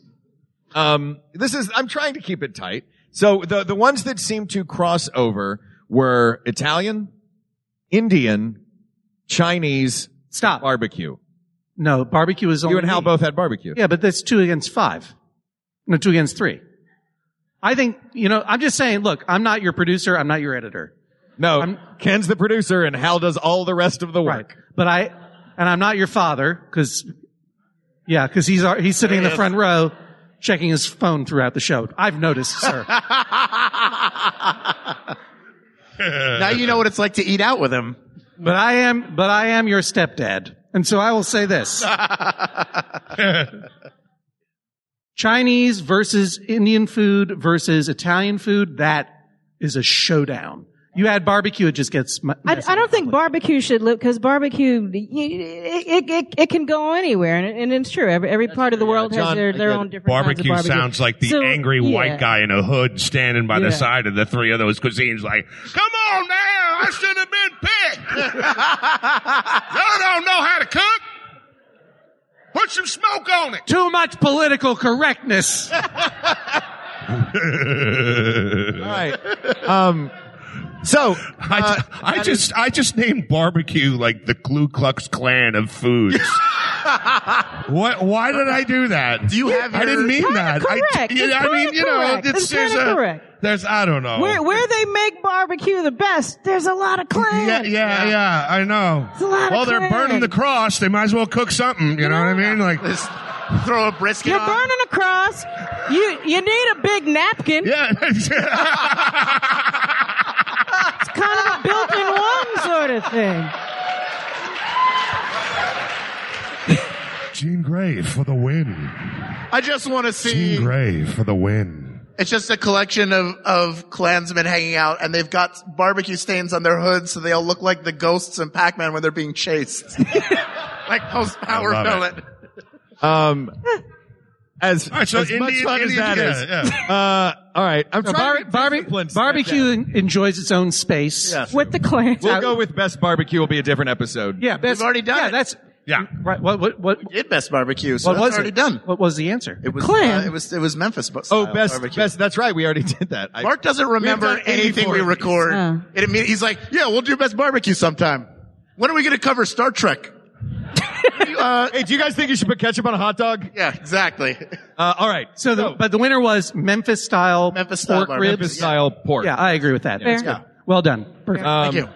Speaker 4: Um, this is. I'm trying to keep it tight. So the the ones that seemed to cross over were Italian, Indian, Chinese,
Speaker 6: Stop.
Speaker 4: barbecue.
Speaker 6: no, barbecue is only
Speaker 4: You and Hal
Speaker 6: meat.
Speaker 4: both had barbecue.
Speaker 6: Yeah, but that's two against five. No, two against three. I think you know. I'm just saying. Look, I'm not your producer. I'm not your editor.
Speaker 4: No,
Speaker 6: I'm-
Speaker 4: Ken's the producer and Hal does all the rest of the work.
Speaker 6: But I, and I'm not your father because, yeah, because he's our- he's sitting in the front row, checking his phone throughout the show. I've noticed, sir.
Speaker 8: Now you know what it's like to eat out with him.
Speaker 6: but I am, but I am your stepdad, and so I will say this: Chinese versus Indian food versus Italian food. That is a showdown. You add barbecue, it just gets. mu-
Speaker 7: I,
Speaker 6: messy.
Speaker 7: I don't think barbecue should live because barbecue y- y- it, it, it, it can go anywhere and, it, and it's true every, every part of the world
Speaker 4: John,
Speaker 7: has their,
Speaker 4: I
Speaker 7: their
Speaker 4: get
Speaker 7: own
Speaker 4: it.
Speaker 7: different kinds of
Speaker 9: barbecue sounds like the
Speaker 7: So,
Speaker 9: angry
Speaker 7: yeah.
Speaker 9: white guy in a hood standing by the
Speaker 7: Yeah.
Speaker 9: side of the three of those cuisines, like, come on now, I should have been picked. Y'all don't know how to cook. Put some smoke on
Speaker 6: Too much political correctness.
Speaker 9: it.
Speaker 4: All right. Um, so
Speaker 9: I,
Speaker 7: Uh,
Speaker 9: I just I just named barbecue like the Ku Klux Klan of foods. what? Why did I do that?
Speaker 8: Do you have
Speaker 9: I
Speaker 8: your-
Speaker 9: didn't mean
Speaker 7: It's
Speaker 9: that.
Speaker 7: kinda correct.
Speaker 9: I, you
Speaker 7: It's
Speaker 9: know, I mean,
Speaker 7: kinda
Speaker 9: you know,
Speaker 7: correct.
Speaker 9: it's,
Speaker 7: It's
Speaker 9: there's
Speaker 7: kinda
Speaker 9: a
Speaker 7: correct.
Speaker 9: there's I don't know.
Speaker 7: where where they make barbecue the best there's a lot of clan
Speaker 9: Yeah, yeah, yeah, I know.
Speaker 7: a lot of
Speaker 9: well, they're
Speaker 7: clan.
Speaker 9: burning the cross. They might as well cook something. You know what I mean? Like,
Speaker 8: Just throw a brisket.
Speaker 7: you're
Speaker 8: on.
Speaker 7: burning a cross you you need a big napkin
Speaker 9: yeah.
Speaker 7: it's kind of a built-in one sort of thing
Speaker 9: Gene Gray for the win.
Speaker 8: I just want to see.
Speaker 9: Gene Gray for the win.
Speaker 8: It's just a collection of of Klansmen hanging out, and they've got barbecue stains on their hoods, so they all look like the ghosts in Pac Man when they're being chased, like post power
Speaker 9: I love it.
Speaker 8: pellet.
Speaker 4: um, as,
Speaker 9: All right, so
Speaker 4: as much
Speaker 9: Indian,
Speaker 4: fun
Speaker 9: Indian,
Speaker 4: as that is.
Speaker 9: yeah, yeah.
Speaker 4: Uh, all right. I'm
Speaker 6: Bar-
Speaker 4: trying to
Speaker 6: barbe-
Speaker 4: discipline Snapchat.
Speaker 6: barbecue en- enjoys its own space.
Speaker 8: Yes.
Speaker 7: with the clan
Speaker 4: We'll go with best barbecue. Will be a different episode.
Speaker 6: Yeah, best,
Speaker 8: We've already done
Speaker 6: Yeah,
Speaker 8: it.
Speaker 6: that's
Speaker 9: Yeah.
Speaker 6: right. What what what,
Speaker 8: Did best barbecue? So
Speaker 6: what
Speaker 8: that's
Speaker 6: was
Speaker 8: already
Speaker 6: it?
Speaker 8: done.
Speaker 6: What was the answer?
Speaker 8: It was
Speaker 7: Clan.
Speaker 8: uh, it was it was Memphis. bu-
Speaker 4: Oh,
Speaker 8: style
Speaker 4: best,
Speaker 8: Uh, barbecue.
Speaker 4: best. That's right. We already did that. I-
Speaker 8: Mark doesn't
Speaker 4: We
Speaker 8: remember
Speaker 4: have done
Speaker 8: anything
Speaker 4: 84
Speaker 8: we
Speaker 4: of these.
Speaker 8: record.
Speaker 7: Oh.
Speaker 8: It imme- he's like, yeah, we'll do best barbecue sometime. When are we going to cover Star Trek? uh,
Speaker 4: Hey, do you guys think you should put ketchup on a hot dog?
Speaker 8: yeah, exactly.
Speaker 4: Uh, all right.
Speaker 6: so, the, but the winner was Memphis style
Speaker 8: Memphis style
Speaker 6: pork
Speaker 8: bar-
Speaker 6: ribs.
Speaker 4: Memphis style pork.
Speaker 6: Yeah, I agree with that. That's
Speaker 7: Fair.
Speaker 6: good. Well done. Perfect.
Speaker 4: Um,
Speaker 8: Thank you.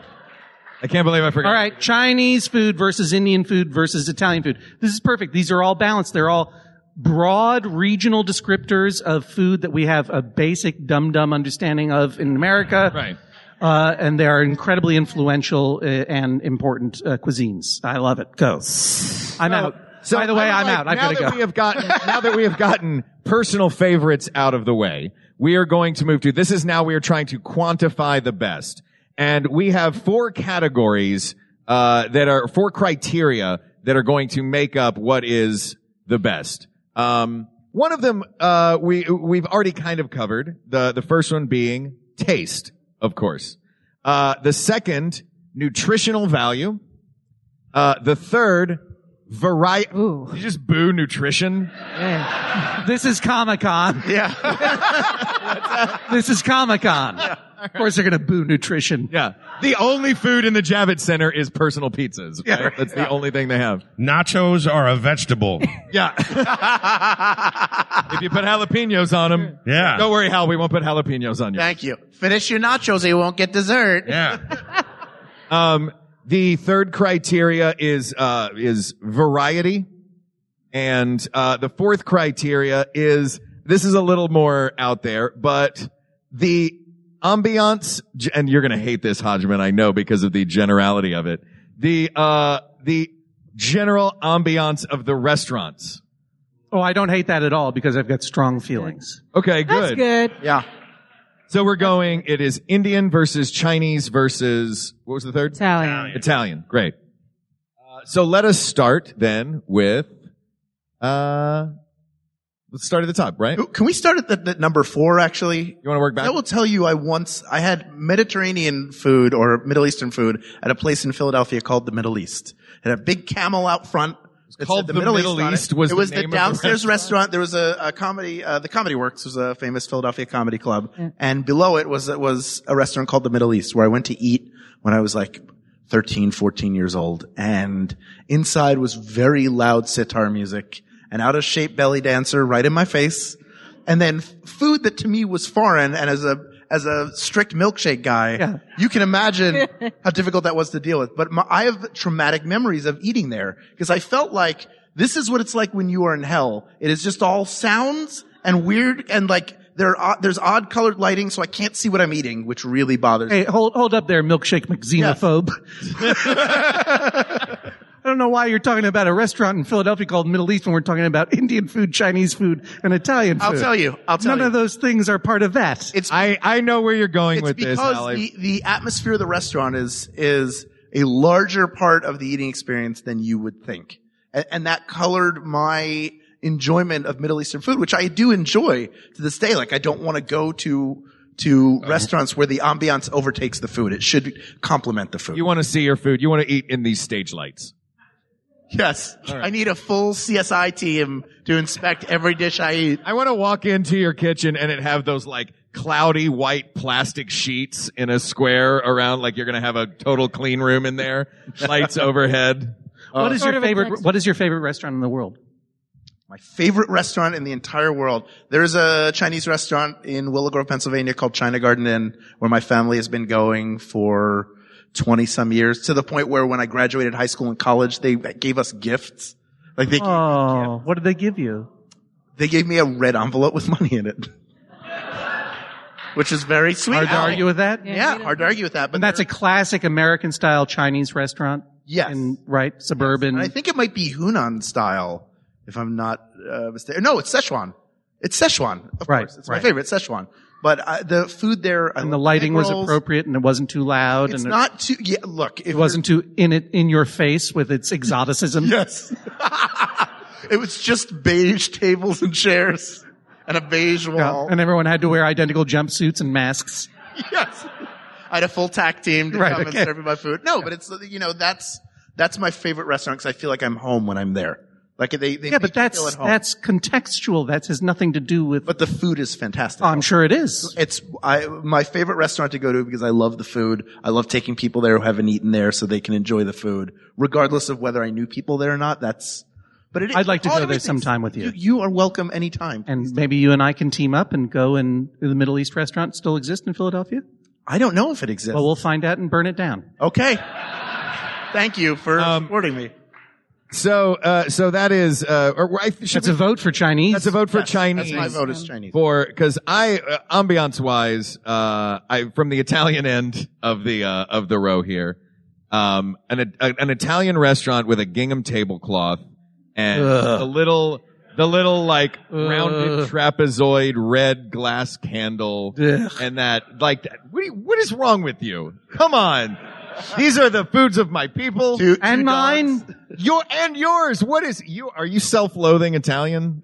Speaker 4: I can't believe I forgot.
Speaker 6: All right, Chinese food versus Indian food versus Italian food. This is perfect. These are all balanced. They're all broad regional descriptors of food that we have a basic dum dum understanding of in America.
Speaker 4: Right.
Speaker 6: uh, and they are incredibly influential uh, and important uh, cuisines. I love it. Go. I'm out.
Speaker 4: So
Speaker 6: By the way,
Speaker 4: I
Speaker 6: I'm
Speaker 4: would like-
Speaker 6: out. I've
Speaker 4: now
Speaker 6: got to
Speaker 4: that
Speaker 6: go.
Speaker 4: we have gotten now that we have gotten personal favorites out of the way, we are going to move to this is now we are trying to quantify the best, and we have four categories uh, that are four criteria that are going to make up what is the best. Um, one of them uh, we we've already kind of covered. The the first one being taste, of course. Uh, the second, nutritional value. Uh, the third, variety.
Speaker 7: Ooh.
Speaker 4: You just boo nutrition.
Speaker 6: This is Comic Con. Yeah. this is Comic Con. Of course, they're going to boo nutrition.
Speaker 4: Yeah. The only food in the Javits Center is personal pizzas. right? That's the only thing they have.
Speaker 9: Nachos are a vegetable.
Speaker 4: Yeah. if you put jalapenos on them.
Speaker 9: Yeah.
Speaker 4: Don't worry, Hal. We won't put jalapenos on you.
Speaker 8: Thank you. Finish your nachos or you won't get dessert.
Speaker 9: yeah.
Speaker 4: Um, the third criteria is, uh, is variety. And, uh, the fourth criteria is, this is a little more out there, but the ambiance, g- and you're going to hate this, Hodgman, I know because of the generality of it. The, uh, the general ambiance of the restaurants.
Speaker 6: Oh, I don't hate that at all because I've got strong feelings.
Speaker 4: Okay, good.
Speaker 7: That's good.
Speaker 8: Yeah.
Speaker 4: So we're going, it is Indian versus Chinese versus, what was the third?
Speaker 7: Italian.
Speaker 4: Italian. Great. Uh, so let us start then with, uh, let's start at the top, right? You
Speaker 8: Can we start at the, the number four, actually?
Speaker 4: want to work back?
Speaker 8: I will tell you, I once, I had Mediterranean food or Middle Eastern food at a place in Philadelphia called the Middle East. It had a big camel out front. It
Speaker 4: called the
Speaker 8: said
Speaker 4: Middle
Speaker 8: on it.
Speaker 4: East was
Speaker 8: it
Speaker 4: the
Speaker 8: was the,
Speaker 4: name of the
Speaker 8: downstairs restaurant. There was a, a comedy, uh, the Comedy Works was a famous Philadelphia comedy club, and below it was was a restaurant called the Middle East where I went to eat when I was like 13, 14 years old, and inside was very loud sitar music, an out of shape belly dancer right in my face, and then f- food that to me was foreign, and as a as a strict milkshake guy,
Speaker 6: Yeah.
Speaker 8: you can imagine how difficult that was to deal with. But my, I have traumatic memories of eating there because I felt like this is what it's like when you are in hell. It is just all sounds and weird and like there are, there's odd colored lighting, so I can't see what I'm eating, which really bothers me.
Speaker 6: Hey, hold hold up there, milkshake McXenophobe. I don't know why you're talking about a restaurant in Philadelphia called Middle East when we're talking about Indian food, Chinese food, and Italian food.
Speaker 8: I'll tell you. I'll tell
Speaker 6: None
Speaker 8: you.
Speaker 6: of those things are part of that.
Speaker 8: it's
Speaker 4: I, I know where you're going
Speaker 8: it's
Speaker 4: with
Speaker 8: because
Speaker 4: this, Ally.
Speaker 8: the, the atmosphere of the restaurant is is a larger part of the eating experience than you would think, and, and that colored my enjoyment of Middle Eastern food, which I do enjoy to this day. Like I don't want to go to to
Speaker 4: Uh-huh.
Speaker 8: restaurants where the ambiance overtakes the food. It should complement the food.
Speaker 4: you want to see your food. You want to eat in these stage lights.
Speaker 8: yes, I need a full CSI team to inspect every dish I eat.
Speaker 4: I want to walk into your kitchen and it have those like cloudy white plastic sheets in a square around like you're going to have a total clean room in there. Lights overhead. Uh,
Speaker 6: what is
Speaker 7: Sort
Speaker 6: your
Speaker 7: of a
Speaker 6: favorite?
Speaker 7: text-
Speaker 6: What is your favorite restaurant in the world?
Speaker 8: my favorite restaurant in the entire world. There's a Chinese restaurant in Willow Grove, Pennsylvania called China Garden Inn where my family has been going for 20 some years to the point where when I graduated high school and college, they gave us gifts. Like they,
Speaker 6: Oh, what did they give you?
Speaker 8: they gave me a red envelope with money in it, which is very sweet.
Speaker 6: Hard to
Speaker 8: Ow.
Speaker 6: argue with that.
Speaker 8: Yeah, hard to argue with that. But
Speaker 6: And that's a
Speaker 8: there-
Speaker 6: classic American style Chinese restaurant.
Speaker 8: Yes.
Speaker 6: In, right? Suburban.
Speaker 8: and I think it might be Hunan style, if I'm not uh, mistaken. No, it's Szechuan. It's Szechuan, of
Speaker 6: Right,
Speaker 8: course. It's my
Speaker 6: right.
Speaker 8: favorite Szechuan. But I, the food there I
Speaker 6: and the
Speaker 8: love
Speaker 6: lighting
Speaker 8: egg
Speaker 6: was
Speaker 8: rolls.
Speaker 6: appropriate and it wasn't too loud
Speaker 8: It's
Speaker 6: and it-
Speaker 8: not too. Yeah, look, if
Speaker 6: it wasn't too in it in your face with its exoticism.
Speaker 8: Yes, it was just beige tables and chairs and a beige wall.
Speaker 6: And everyone had to wear identical jumpsuits and masks.
Speaker 8: yes, I had a full tack team to
Speaker 6: Right,
Speaker 8: come
Speaker 6: okay.
Speaker 8: and serve me my food. No, but it's you know that's that's my favorite restaurant because I feel like I'm home when I'm there. Like they, they
Speaker 6: Yeah,
Speaker 8: make
Speaker 6: but
Speaker 8: you feel
Speaker 6: that's
Speaker 8: at home.
Speaker 6: that's contextual. That has nothing to do with.
Speaker 8: but the food is fantastic.
Speaker 6: I'm sure it is.
Speaker 8: it's I my favorite restaurant to go to because I love the food. I love taking people there who haven't eaten there so they can enjoy the food, regardless of whether I knew people there or not. That's but it,
Speaker 6: I'd like to
Speaker 8: all
Speaker 6: go there
Speaker 8: everything's-
Speaker 6: sometime with you.
Speaker 8: you. are welcome anytime.
Speaker 6: And maybe you and I can team up and go in the Middle East restaurant still exist in Philadelphia.
Speaker 8: I don't know if it exists.
Speaker 6: Well, we'll find out and burn it down.
Speaker 8: okay. Thank you for
Speaker 4: Um,
Speaker 8: supporting me.
Speaker 4: So, uh, so that is, uh, or I th- should
Speaker 6: That's a vote for Chinese.
Speaker 4: that's a vote for Chinese.
Speaker 8: That's my vote is Chinese.
Speaker 4: for because I uh, ambiance wise, uh, I from the Italian end of the uh, of the row here, um, an a, an Italian restaurant with a gingham tablecloth and the little the little like rounded trapezoid red glass candle and that like that. What, do you- what is wrong with you? Come on, these are the foods of my people.
Speaker 8: Two-
Speaker 6: and
Speaker 8: two
Speaker 6: mine.
Speaker 8: dogs.
Speaker 4: Your and yours. What is you? Are you self-loathing Italian?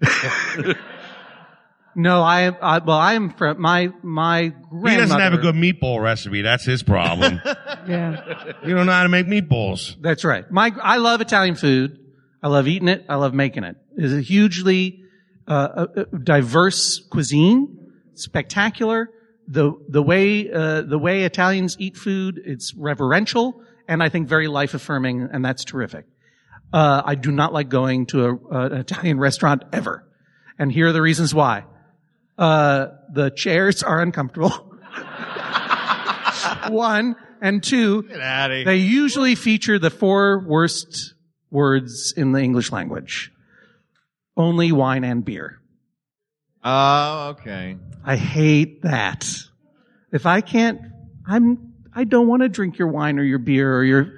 Speaker 6: No, I, I well, I am from my my grandmother.
Speaker 9: He doesn't have a good meatball recipe. That's his problem.
Speaker 7: Yeah.
Speaker 9: you don't know how to make meatballs.
Speaker 6: That's right. My I love Italian food. I love eating it. I love making it. It's a hugely uh, uh, diverse cuisine, spectacular. The the way uh, the way Italians eat food, it's reverential and I think very life affirming, and that's terrific. Uh, I do not like going to a, uh, an Italian restaurant ever, and here are the reasons why. Uh, the chairs are uncomfortable. One and two, they usually feature the four worst words in the English language. Only wine and beer.
Speaker 4: Oh, okay.
Speaker 6: I hate that. If I can't, I'm, I don't want to drink your wine or your beer or your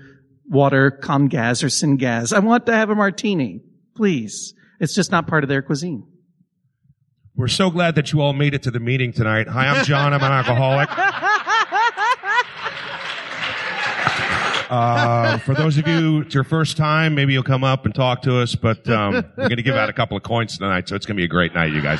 Speaker 6: water, Comgas or Syngas. I want to have a martini. Please. It's just not part of their cuisine.
Speaker 9: We're so glad that you all made it to the meeting tonight. Hi, I'm John. I'm an alcoholic. Uh, for those of you, it's your first time. Maybe you'll come up and talk to us. But um, we're going to give out a couple of coins tonight, so it's going to be a great night, you guys.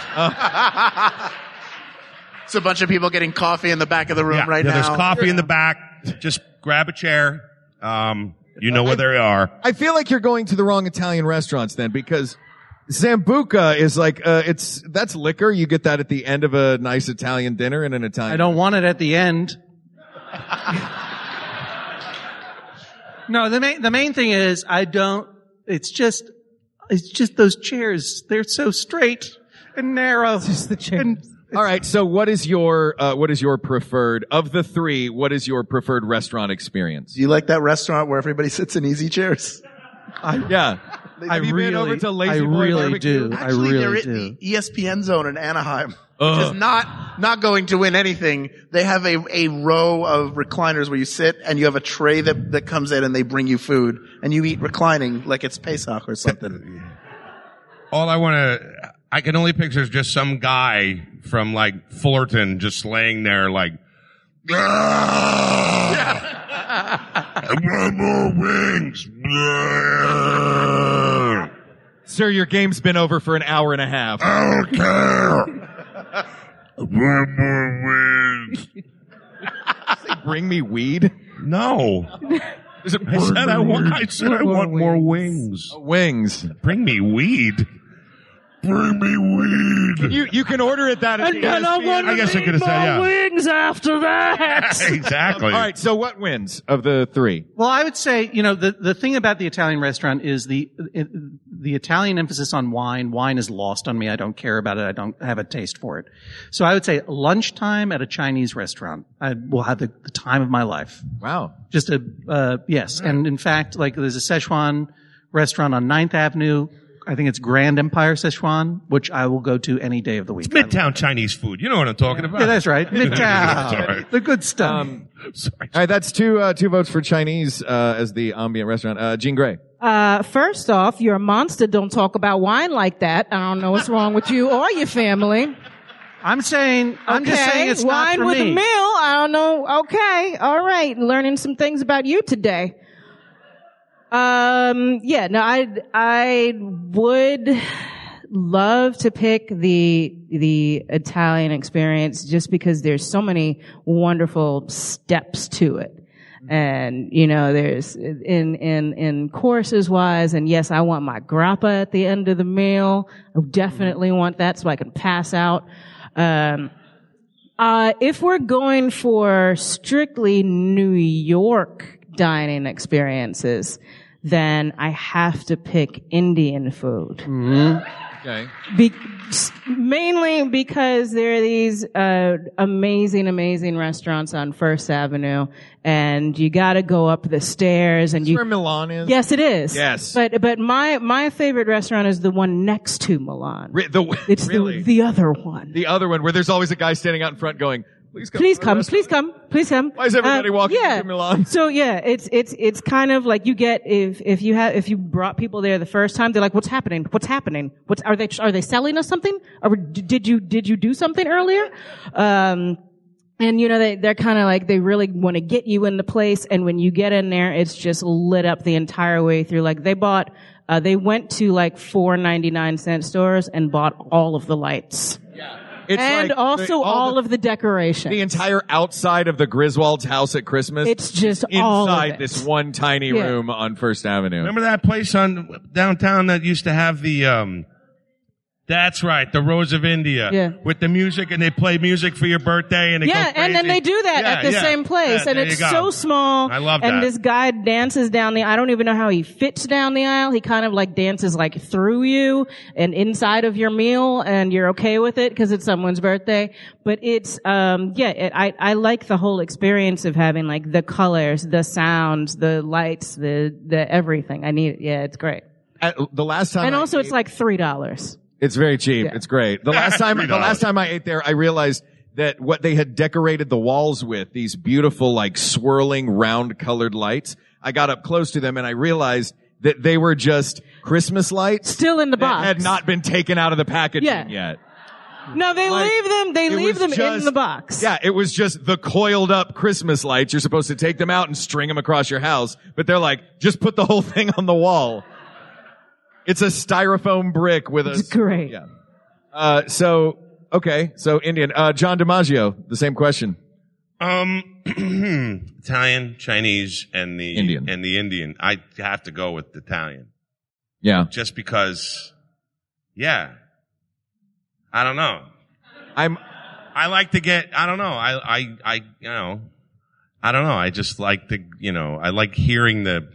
Speaker 8: It's a bunch of people getting coffee in the back of the room
Speaker 9: Yeah,
Speaker 8: right
Speaker 9: yeah,
Speaker 8: now.
Speaker 9: There's coffee in the back. Just grab a chair. Um, you know where they are.
Speaker 4: I feel like you're going to the wrong Italian restaurants then because Zambuca is like uh, it's that's liquor. You get that at the end of a nice Italian dinner in an Italian.
Speaker 6: I don't want it at the end. no, the main the main thing is I don't. It's just it's just those chairs. They're so straight and narrow.
Speaker 7: Just the chairs.
Speaker 6: And
Speaker 4: All right. So what is your uh, what is your preferred of the three? What is your preferred restaurant experience?
Speaker 8: Do you like that restaurant where everybody sits in easy chairs?
Speaker 4: Yeah.
Speaker 6: I
Speaker 4: Have you
Speaker 6: really,
Speaker 4: been over to Lazy
Speaker 6: I
Speaker 4: Boy
Speaker 6: really
Speaker 4: Barbecue?
Speaker 6: do.
Speaker 8: Actually,
Speaker 6: I
Speaker 8: they're E
Speaker 6: really
Speaker 8: at
Speaker 6: do.
Speaker 8: the ESPN zone in Anaheim, which is not not going to win anything. They have a, a row of recliners where you sit, and you have a tray that, that comes in, and they bring you food, and you eat reclining like it's Pesach or something.
Speaker 9: All I want to, I can only picture is just some guy from like Fullerton just laying there like, "Ah, I want more wings. Ah,
Speaker 4: Sir, your game's been over for an hour and a half.
Speaker 9: I don't care. I want more wings.
Speaker 4: Bring me weed.
Speaker 9: No. I said I want, I said I want more wings.
Speaker 4: Wings.
Speaker 9: Bring me weed. Bring me weed.
Speaker 4: You you can order it that. At the ESPN.
Speaker 9: I guess I could have said, yeah.
Speaker 7: wings after that.
Speaker 9: Exactly.
Speaker 4: All right. So what wins of the three?
Speaker 6: Well, I would say, you know, the, the thing about the Italian restaurant is the, the Italian emphasis on wine. Wine is lost on me. I don't care about it. I don't have a taste for it. So I would say lunchtime at a Chinese restaurant, I will have the, the time of my life.
Speaker 4: Wow.
Speaker 6: Just a, uh, yes. And in fact, like there's a Szechuan restaurant on 9th Avenue. I think it's Grand Empire Szechuan, which I will go to any day of the week.
Speaker 9: Midtown Chinese food. You know what I'm talking about.
Speaker 6: Yeah, that's right.
Speaker 9: That's all
Speaker 6: Midtown.
Speaker 9: right.
Speaker 6: the good stuff.
Speaker 9: Sorry.
Speaker 4: All right, that's two uh, two votes for Chinese uh, as the ambient restaurant. Uh, Jean Grey.
Speaker 7: Uh, first off, you're a monster. Don't talk about wine like that. I don't know what's wrong with you or your family.
Speaker 6: I'm saying, I'm just
Speaker 7: okay,
Speaker 6: saying it's
Speaker 7: wine
Speaker 6: not for
Speaker 7: with
Speaker 6: me.
Speaker 7: a meal. I don't know. Okay, all right. Learning some things about you today. Um, yeah. No, I I would love to pick the the Italian experience just because there's so many wonderful steps to it. And you know, there's in in in courses wise, and yes, I want my grappa at the end of the meal. I definitely want that so I can pass out. Um, uh, if we're going for strictly New York dining experiences, then I have to pick Indian food.
Speaker 4: Mm-hmm. Okay.
Speaker 7: Be- s- mainly because there are these uh, amazing, amazing restaurants on First Avenue, and you got to go up the stairs, and you
Speaker 4: Where Milan is?
Speaker 7: yes, it is.
Speaker 4: Yes.
Speaker 7: but but my my favorite restaurant is the one next to Milan.
Speaker 4: Re- the,
Speaker 7: it's
Speaker 4: really?
Speaker 7: the, the other one.
Speaker 4: The other one where there's always a guy standing out in front going, please come.
Speaker 7: Please
Speaker 4: to the
Speaker 7: come,
Speaker 4: restaurant."
Speaker 7: please come, please come. Uh,
Speaker 4: Why is everybody walking
Speaker 7: yeah.
Speaker 4: into Milan?
Speaker 7: So yeah, it's it's it's kind of like you get if if you have if you brought people there the first time, they're like, "What's happening? What's happening? What's are they are they selling us something? Or did you did you do something earlier?" Um, and you know they they're kind of like they really want to get you in the place, and when you get in there, it's just lit up the entire way through. Like they bought, uh, they went to like four ninety nine cent stores and bought all of the lights
Speaker 4: It's
Speaker 7: and
Speaker 4: like the-
Speaker 7: also all,
Speaker 4: the,
Speaker 7: of the decoration.
Speaker 4: the entire outside of the Griswold's house at Christmas.
Speaker 7: It's just
Speaker 4: inside
Speaker 7: all of it.
Speaker 4: this one tiny
Speaker 7: Yeah.
Speaker 4: room on First Avenue.
Speaker 9: Remember that place on downtown that used to have the um that's right, the Rose of India.
Speaker 7: Yeah.
Speaker 9: With the music and they play music for your birthday and it
Speaker 7: Yeah,
Speaker 9: goes
Speaker 7: and then
Speaker 9: crazy.
Speaker 7: they do that
Speaker 9: Yeah,
Speaker 7: at the
Speaker 9: yeah,
Speaker 7: same place,
Speaker 9: yeah,
Speaker 7: and
Speaker 9: there
Speaker 7: it's
Speaker 9: you go.
Speaker 7: so small.
Speaker 9: I love
Speaker 7: And
Speaker 9: that.
Speaker 7: this guy dances down the. I don't even know how he fits down the aisle. He kind of like dances like through you and inside of your meal, and you're okay with it because it's someone's birthday. But it's um yeah, it, I I like the whole experience of having like the colors, the sounds, the lights, the the everything. I need it. Yeah, it's great.
Speaker 4: At- the last time
Speaker 7: And
Speaker 4: I
Speaker 7: also, it's
Speaker 4: ate-
Speaker 7: like three dollars.
Speaker 4: It's very cheap. It's great. The last time, the last time I ate there, I realized that what they had decorated the walls with, these beautiful, like swirling round colored lights, I got up close to them and I realized that they were just Christmas lights
Speaker 7: Still in the
Speaker 4: that
Speaker 7: box.
Speaker 4: had not been taken out of the packaging
Speaker 7: Yeah.
Speaker 4: yet.
Speaker 7: no, they
Speaker 4: Like,
Speaker 7: leave them. They
Speaker 4: it
Speaker 7: leave
Speaker 4: was
Speaker 7: them in
Speaker 4: just-
Speaker 7: the box.
Speaker 4: Yeah, it was just the coiled up Christmas lights. You're supposed to take them out and string them across your house, but they're like, just put the whole thing on the wall. It's a styrofoam brick with a.
Speaker 7: It's great.
Speaker 4: Yeah. Uh, so okay, so Indian uh, John DiMaggio, the same question.
Speaker 9: Um Italian, Chinese, and the
Speaker 4: Indian.
Speaker 9: and the Indian. I have to go with Italian.
Speaker 4: Yeah,
Speaker 9: Just because yeah. I don't know.
Speaker 4: I'm.
Speaker 9: I like to get. I don't know. I I I you know. I don't know. I just like to you know. I like hearing the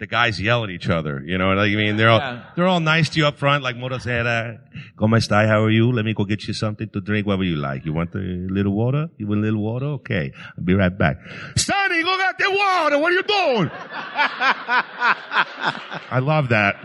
Speaker 9: the guys yell at each other. You know what I mean? They're all
Speaker 4: Yeah.
Speaker 9: they're all nice to you up front, like Motosera. Como estai? How are you? Let me go get you something to drink. Whatever you like. You want a little water? You want a little water? Okay, I'll be right back. Sonny, go get the water. What are you doing? I love that.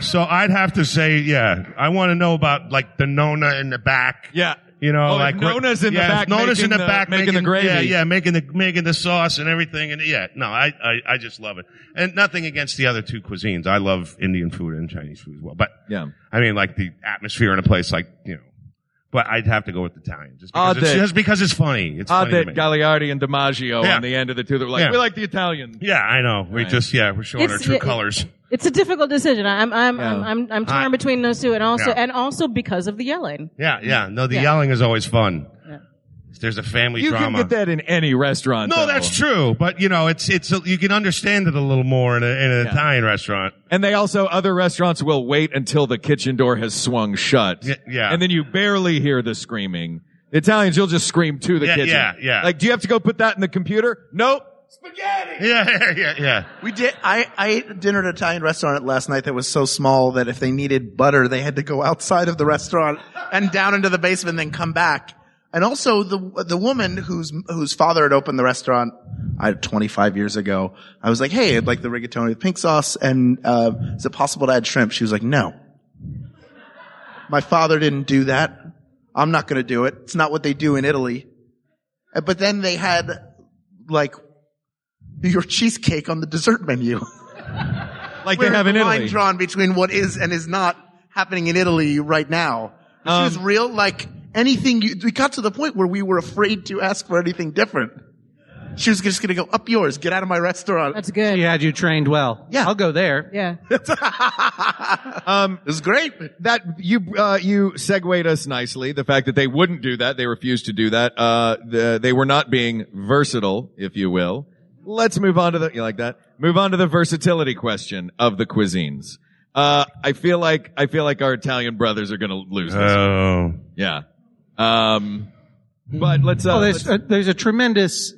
Speaker 9: So I'd have to say, yeah, I want to know about like the Nona in the back.
Speaker 4: Yeah.
Speaker 9: You know,
Speaker 4: Oh, if
Speaker 9: like
Speaker 4: Nona's in the
Speaker 9: yeah, if
Speaker 4: back
Speaker 9: Nona's
Speaker 4: making
Speaker 9: in the,
Speaker 4: the-
Speaker 9: back
Speaker 4: making the gravy.
Speaker 9: Yeah, yeah, making the making the sauce and everything, and yeah, no, I, I I just love it, and nothing against the other two cuisines. I love Indian food and Chinese food as well, but
Speaker 4: Yeah.
Speaker 9: I mean, like the atmosphere in a place like you know, but I'd have to go with Italian just
Speaker 4: Odd
Speaker 9: because, it's,
Speaker 4: that-
Speaker 9: just because it's funny. It's
Speaker 4: Odd
Speaker 9: funny to
Speaker 4: that
Speaker 9: me.
Speaker 4: Gagliardi and DiMaggio
Speaker 9: Yeah.
Speaker 4: on the end of the two. They're like,
Speaker 9: Yeah.
Speaker 4: we like the Italian.
Speaker 9: yeah, I know. We just yeah, we're showing
Speaker 7: It's-
Speaker 9: our true
Speaker 7: yeah, it-
Speaker 9: colors.
Speaker 7: It's a difficult decision. I'm I'm I'm,
Speaker 4: Yeah.
Speaker 7: I'm, I'm torn
Speaker 9: I-
Speaker 7: between those two, and also
Speaker 9: Yeah.
Speaker 7: and also because of the yelling.
Speaker 9: Yeah, yeah. No, the
Speaker 7: Yeah.
Speaker 9: yelling is always fun. If There's a family
Speaker 4: You
Speaker 9: drama.
Speaker 4: can get that in any restaurant.
Speaker 9: No,
Speaker 4: though.
Speaker 9: that's true. But you know, it's it's you can understand it a little more in, a, in an Italian restaurant.
Speaker 4: And they also other restaurants will wait until the kitchen door has swung shut.
Speaker 9: Y- yeah.
Speaker 4: And then you barely hear the screaming. The Italians, you'll just scream to the
Speaker 9: Yeah,
Speaker 4: kitchen.
Speaker 9: yeah, yeah.
Speaker 4: Like, do you have to go put that in the computer? Nope.
Speaker 9: Yeah, yeah, yeah.
Speaker 8: We did. I, I ate dinner at an Italian restaurant last night that was so small that if they needed butter, they had to go outside of the restaurant and down into the basement, and then come back. And also the the woman whose whose father had opened the restaurant, I 25 years ago. I was like, hey, I'd like the rigatoni with pink sauce, and uh, is it possible to add shrimp? She was like, no. My father didn't do that. I'm not going to do it. It's not what they do in Italy. Uh, But then they had like New York cheesecake on the dessert menu.
Speaker 4: Like
Speaker 8: Where
Speaker 4: they have in
Speaker 8: the
Speaker 4: Italy.
Speaker 8: line drawn between what is and is not happening in Italy right now. This
Speaker 4: Um,
Speaker 8: is real, like anything. You, we got to the point where we were afraid to ask for anything different. She was just gonna go up yours, get out of my restaurant.
Speaker 7: That's good.
Speaker 6: She
Speaker 7: Yeah.
Speaker 6: had you trained well.
Speaker 8: Yeah.
Speaker 6: I'll go there.
Speaker 8: it was great.
Speaker 4: Um, that you uh, you segued us nicely. The fact that they wouldn't do that, they refused to do that. Uh, the, they were not being versatile, if you will. Let's move on to the you like that. Move on to the versatility question of the cuisines. Uh, I feel like I feel like our Italian brothers are going to lose this.
Speaker 9: Oh,
Speaker 4: yeah. Um, but let's. Uh,
Speaker 6: Oh, there's
Speaker 4: let's-
Speaker 6: a, there's a tremendous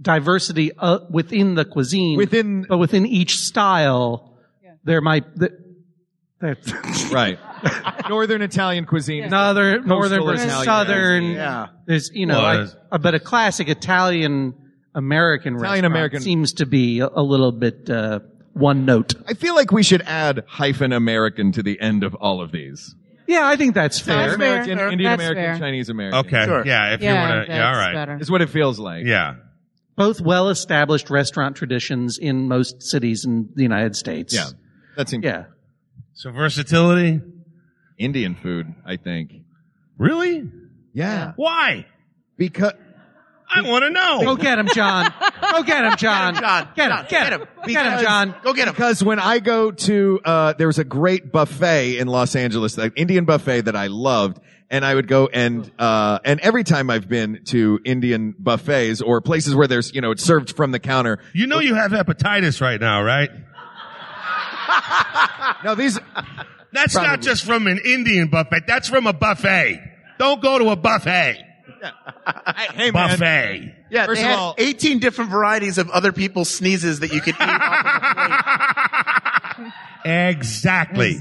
Speaker 6: diversity uh, within the cuisine. oh.
Speaker 4: Within-
Speaker 6: but within each style, there might. th- there-
Speaker 4: right. Northern Italian cuisine.
Speaker 6: Northern, northern
Speaker 4: Coastal
Speaker 6: versus
Speaker 4: Italian.
Speaker 6: southern.
Speaker 8: Yeah.
Speaker 6: There's, you know,
Speaker 9: Well,
Speaker 6: I-
Speaker 9: it's-
Speaker 6: uh, but a classic Italian American restaurant
Speaker 4: Italian-American.
Speaker 6: seems to be a, a little bit uh, one note.
Speaker 4: I feel like we should add hyphen American to the end of all of these.
Speaker 6: Yeah, I think that's fair.
Speaker 7: That's fair.
Speaker 4: American, Indian
Speaker 7: That's
Speaker 4: American,
Speaker 7: fair.
Speaker 4: Chinese American.
Speaker 9: Okay.
Speaker 8: Sure.
Speaker 9: Yeah. If you
Speaker 7: Yeah,
Speaker 9: want to. Yeah. All right.
Speaker 7: better.
Speaker 4: Is what it feels like.
Speaker 9: Yeah.
Speaker 6: Both well-established restaurant traditions in most cities in the United States.
Speaker 4: Yeah. That seems
Speaker 6: yeah.
Speaker 9: So versatility.
Speaker 4: Indian food, I think.
Speaker 9: Really?
Speaker 4: Yeah.
Speaker 9: Why?
Speaker 4: Because
Speaker 9: I want to
Speaker 6: Go
Speaker 9: know.
Speaker 6: get him, John. Go get him, John.
Speaker 8: John,
Speaker 6: Get him.
Speaker 8: John,
Speaker 6: Get him. Get him,
Speaker 8: Because-
Speaker 6: John.
Speaker 8: Go get him.
Speaker 4: because when I go to uh there was a great buffet in Los Angeles, an Indian buffet that I loved, and I would go and uh and every time I've been to Indian buffets or places where there's, you know, it's served from the counter.
Speaker 9: You know you have hepatitis right now, right?
Speaker 4: Now these
Speaker 9: That's not
Speaker 4: Probably.
Speaker 9: just from an Indian buffet. That's from a buffet. Don't go to a buffet.
Speaker 4: hey man.
Speaker 9: Buffet.
Speaker 8: Yeah,
Speaker 4: First
Speaker 8: they
Speaker 4: of
Speaker 8: had
Speaker 4: all-
Speaker 8: 18 different varieties of other people's sneezes that you could eat. off of a plate.
Speaker 9: Exactly.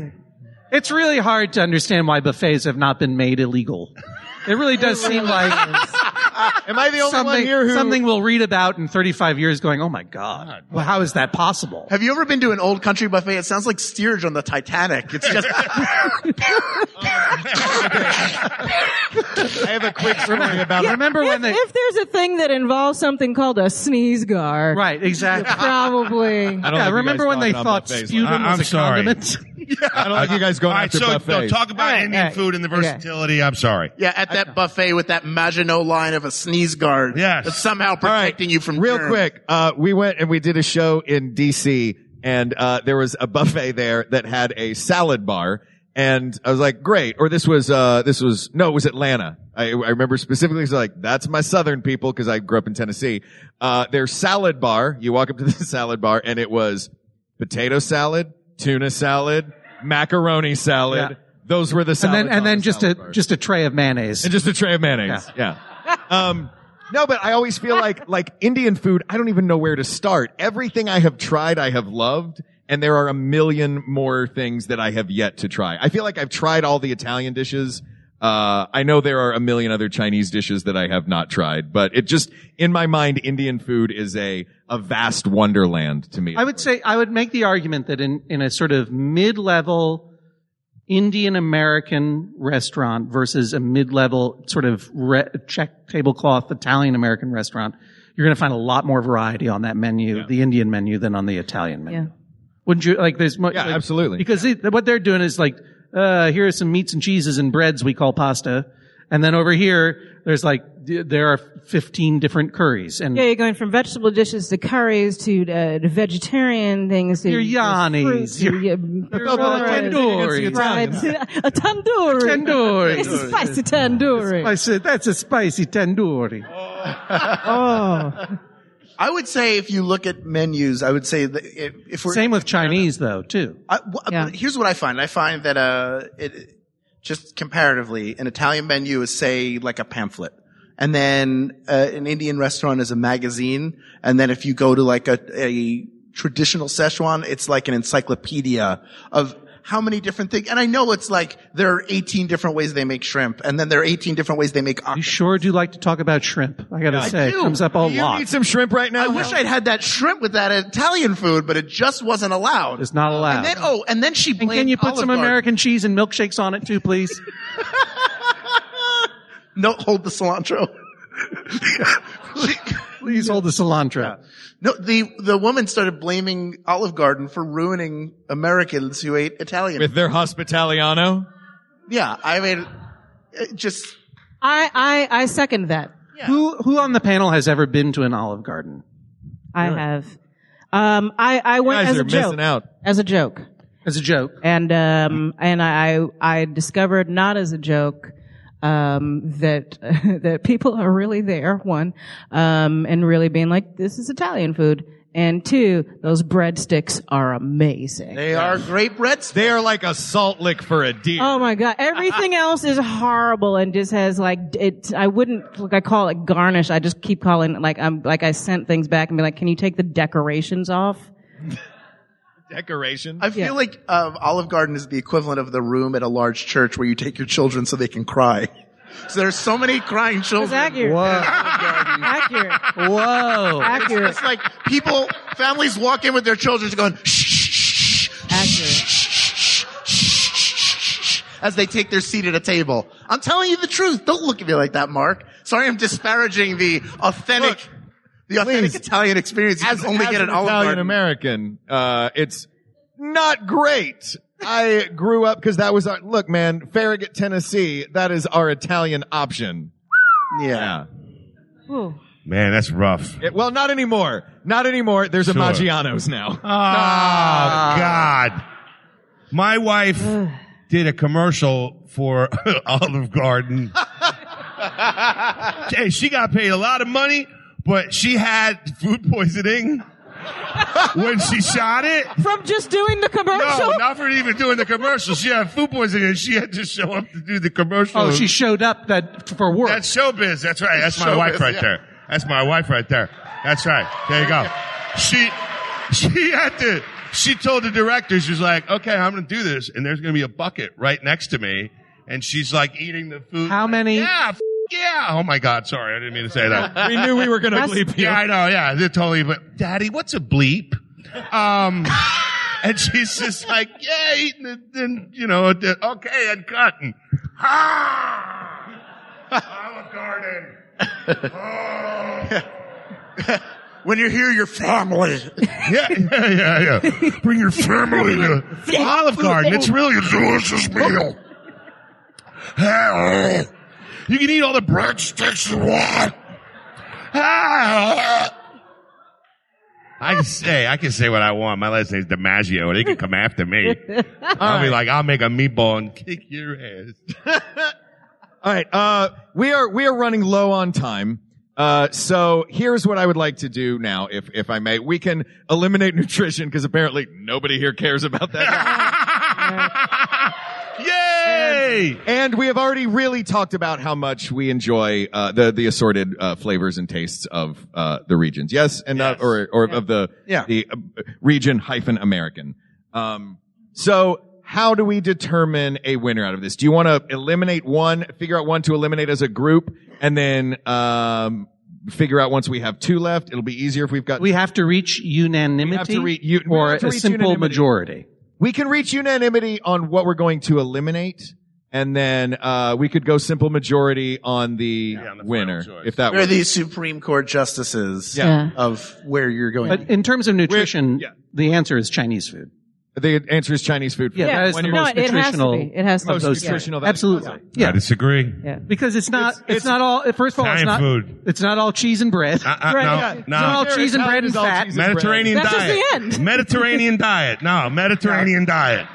Speaker 6: It's really hard to understand why buffets have not been made illegal. It really does seem like
Speaker 4: Am I the only one
Speaker 6: something,
Speaker 4: here who
Speaker 6: something we'll read about in 35 years going, oh my God, well, how is that possible?
Speaker 8: Have you ever been to an old country buffet? It sounds like steerage on the Titanic. It's just
Speaker 4: I have a quick story about
Speaker 6: Remember
Speaker 7: If,
Speaker 6: when they.
Speaker 7: if there's a thing that involves something called a sneeze guard,
Speaker 6: Right, exactly.
Speaker 7: probably.
Speaker 4: I don't
Speaker 6: Yeah,
Speaker 4: like you
Speaker 6: remember
Speaker 4: guys
Speaker 6: when they
Speaker 4: talking on
Speaker 6: thought
Speaker 4: buffets.
Speaker 6: sputum
Speaker 9: I-
Speaker 6: was
Speaker 9: I'm
Speaker 6: a
Speaker 9: sorry.
Speaker 6: condiment?
Speaker 4: I don't like you guys
Speaker 9: All
Speaker 4: going
Speaker 9: right,
Speaker 4: after
Speaker 9: so
Speaker 4: buffets.
Speaker 9: talk about
Speaker 7: right,
Speaker 9: Indian
Speaker 7: all right.
Speaker 9: food and the
Speaker 7: Okay.
Speaker 9: versatility. I'm sorry.
Speaker 8: yeah, at that buffet with that Maginot line of a sneeze guard.
Speaker 9: Yes.
Speaker 8: That's somehow protecting you from
Speaker 4: real
Speaker 8: germs.
Speaker 4: quick. Uh, we went and we did a show in DC, and uh, there was a buffet there that had a salad bar, and I was like, great. Or this was uh, this was no, it was Atlanta. I, I remember specifically, it's like that's my Southern people because I grew up in Tennessee. Uh, their salad bar. You walk up to the salad bar, and it was potato salad, tuna salad, macaroni salad.
Speaker 6: Yeah.
Speaker 4: Those were the
Speaker 6: and
Speaker 4: salads
Speaker 6: then,
Speaker 4: on
Speaker 6: and
Speaker 4: the
Speaker 6: then just a
Speaker 4: salad bar.
Speaker 6: just a tray of mayonnaise.
Speaker 4: And just a tray of mayonnaise. Yeah. Um, no, but I always feel like, like Indian food, I don't even know where to start. Everything I have tried, I have loved, and there are a million more things that I have yet to try. I feel like I've tried all the Italian dishes. Uh, I know there are a million other Chinese dishes that I have not tried, but it just, in my mind, Indian food is a, a vast wonderland to me.
Speaker 6: I would say I would make the argument that in, in a sort of mid level Indian American restaurant versus a mid level sort of re- check tablecloth Italian American restaurant, you're going to find a lot more variety on that menu, the Indian menu, than on the Italian menu.
Speaker 7: Yeah.
Speaker 6: Wouldn't you like? There's much.
Speaker 4: Yeah,
Speaker 6: like-
Speaker 4: absolutely.
Speaker 6: Because they- what they're doing is like, uh, here are some meats and cheeses and breads we call pasta, and then over here there's like th- there are 15 different curries and
Speaker 7: Yeah, you're going from vegetable dishes to curries to uh, the vegetarian things. To
Speaker 6: Your yannis,
Speaker 7: fruits,
Speaker 6: your-
Speaker 7: your
Speaker 6: Oh, but a
Speaker 7: fried-
Speaker 6: tandoori.
Speaker 7: fried- a tandoori.
Speaker 6: Tandoori.
Speaker 7: It's a spicy tandoori.
Speaker 6: I said, that's a spicy tandoori.
Speaker 8: I would say if you look at menus, I would say that if, if we're
Speaker 6: Same with Chinese, though, too.
Speaker 8: I, wh-
Speaker 7: Yeah.
Speaker 8: Here's what I find. I find that uh, it just comparatively, an Italian menu is say like a pamphlet, and then uh, an Indian restaurant is a magazine, and then if you go to like a, a traditional Szechuan, it's like an encyclopedia of how many different things. And I know it's like there are 18 different ways they make shrimp, and then there are 18 different ways they make
Speaker 6: You
Speaker 8: octopus.
Speaker 6: sure do like to talk about shrimp. I gotta say, it
Speaker 8: do.
Speaker 6: comes up a
Speaker 4: you
Speaker 6: lot.
Speaker 4: need some shrimp right now.
Speaker 8: I wish I'd had that shrimp with that Italian food, but it just wasn't allowed.
Speaker 6: it's not allowed.
Speaker 8: And then, oh, and then she
Speaker 6: And
Speaker 8: blamed
Speaker 6: can you put
Speaker 8: Olive
Speaker 6: some
Speaker 8: Garden.
Speaker 6: American cheese and milkshakes on it, too, please?
Speaker 8: No, hold the cilantro.
Speaker 6: please hold the cilantro.
Speaker 8: no, the the woman started blaming Olive Garden for ruining Americans who ate Italian.
Speaker 4: with their hospitaliano.
Speaker 8: yeah, I mean, it just
Speaker 7: I, I, I second that.
Speaker 6: Who, who on the panel has ever been to an Olive Garden?
Speaker 7: I have. Um, I, I went
Speaker 4: Guys
Speaker 7: as
Speaker 4: are
Speaker 7: a joke.
Speaker 4: missing out.
Speaker 7: As a joke.
Speaker 6: As a joke.
Speaker 7: and um and I I discovered not as a joke um that that people are really there one um and really being like this is Italian food and two those breadsticks are amazing.
Speaker 8: they are great breads.
Speaker 4: They are like a salt lick for a deer.
Speaker 7: Oh my god! Everything else is horrible and just has like it. I wouldn't like I call it garnish. I just keep calling it like I'm like I sent things back and be like, can you take the decorations off?
Speaker 4: decoration.
Speaker 8: I feel like um, Olive Garden is the equivalent of the room at a large church where you take your children so they can cry. So there's so many crying
Speaker 7: That's
Speaker 8: children.
Speaker 7: accurate. Accurate.
Speaker 6: Whoa.
Speaker 7: Accurate.
Speaker 8: It's like people, families walk in with their children just going shh, shh, shh,
Speaker 7: Accurate.
Speaker 8: shh, shh, shh, as they take their seat at a table. I'm telling you the truth. Don't look at me like that, Mark. Sorry, I'm disparaging the authentic, the authentic Italian experience. You
Speaker 4: as,
Speaker 8: can only
Speaker 4: as
Speaker 8: get
Speaker 4: an
Speaker 8: an Olive
Speaker 4: Italian
Speaker 8: Garden.
Speaker 4: American, uh, it's not great. I grew up because that was our look, man. Farragut, Tennessee. That is our Italian option.
Speaker 8: Yeah.
Speaker 4: Yeah.
Speaker 7: Ooh.
Speaker 9: Man, that's rough.
Speaker 4: It- well, not anymore. Not anymore. There's a
Speaker 9: Sure.
Speaker 4: Maggiano's now.
Speaker 6: Ah.
Speaker 9: Oh God! My wife did a commercial for Olive Garden. hey, she got paid a lot of money, but she had food poisoning when she shot it.
Speaker 7: From just doing the commercial?
Speaker 9: No, not for even doing the commercial. She had food poisoning, and she had to show up to do the commercial.
Speaker 6: Oh, she showed up that for work.
Speaker 9: That's showbiz. That's right. That's my
Speaker 8: Showbiz,
Speaker 9: wife right
Speaker 8: yeah.
Speaker 9: there. That's my wife right there. That's right. There you go. She, she had to, she told the director, she was like, okay, I'm going to do this. And there's going to be a bucket right next to me. And she's like eating the food.
Speaker 6: How many-
Speaker 9: Yeah. F- yeah. Oh my God. Sorry. I didn't mean to say that.
Speaker 4: we knew we were going to
Speaker 7: That's-
Speaker 4: bleep you.
Speaker 9: yeah, I know. Yeah. They're totally, but daddy, what's a bleep? Um, and she's just like, yeah, eating it. And, you know, the- okay. And cotton. Ah! Olive Garden.
Speaker 8: When you're here, your family.
Speaker 9: Yeah, yeah, yeah, yeah. Bring your family to Olive Garden. It's really a delicious meal. Hey, You can eat all the breadsticks you want. Hey. I can say I can say what I want. My last name's DiMaggio. They can come after me. I'll be like, I'll make a meatball and kick your ass.
Speaker 4: All right. Uh, we are we are running low on time. Uh, so here's what I would like to do now, if if I may. We can eliminate nutrition because apparently nobody here cares about that.
Speaker 9: Yay!
Speaker 4: and we have already really talked about how much we enjoy uh, the the assorted uh, flavors and tastes of uh, the regions. Yes, and not or or of the
Speaker 8: Yeah.
Speaker 4: the uh, region hyphen American. Um, so. How do we determine a winner out of this? Do you want to eliminate one, figure out one to eliminate as a group, and then um, figure out once we have two left? It'll be easier if we've got.
Speaker 6: we have to reach unanimity
Speaker 4: We have to re- you- we
Speaker 6: or
Speaker 4: have to
Speaker 6: a
Speaker 4: reach
Speaker 6: simple
Speaker 4: unanimity.
Speaker 6: majority.
Speaker 4: we can reach unanimity on what we're going to eliminate, and then uh, we could go simple majority on the,
Speaker 9: on the final
Speaker 4: winner
Speaker 9: choice.
Speaker 4: if that
Speaker 8: They're
Speaker 4: works.
Speaker 8: the Supreme Court justices
Speaker 7: Yeah.
Speaker 8: of where you're going.
Speaker 6: But in terms of nutrition,
Speaker 4: yeah.
Speaker 6: the answer is Chinese food.
Speaker 4: the answer is Chinese food.
Speaker 6: Yeah, that is the
Speaker 4: When
Speaker 7: No,
Speaker 6: most
Speaker 7: it, it has to
Speaker 6: nutritional-
Speaker 7: be. It has to
Speaker 4: most
Speaker 7: be. Yeah.
Speaker 4: nutritional value.
Speaker 6: Absolutely.
Speaker 9: I
Speaker 6: Yeah.
Speaker 9: disagree.
Speaker 6: Because it's not, it's, not all, first of all, it's
Speaker 9: Italian
Speaker 6: not,
Speaker 9: food.
Speaker 6: it's not all cheese and bread.
Speaker 9: Uh, uh,
Speaker 7: Right.
Speaker 9: No,
Speaker 6: It's not
Speaker 9: no.
Speaker 6: all cheese and
Speaker 4: Italian
Speaker 6: bread
Speaker 4: is
Speaker 6: and
Speaker 4: all
Speaker 6: fat.
Speaker 4: cheese and
Speaker 9: Mediterranean
Speaker 7: That's just
Speaker 9: diet.
Speaker 7: the end.
Speaker 9: Mediterranean diet. No, Mediterranean diet.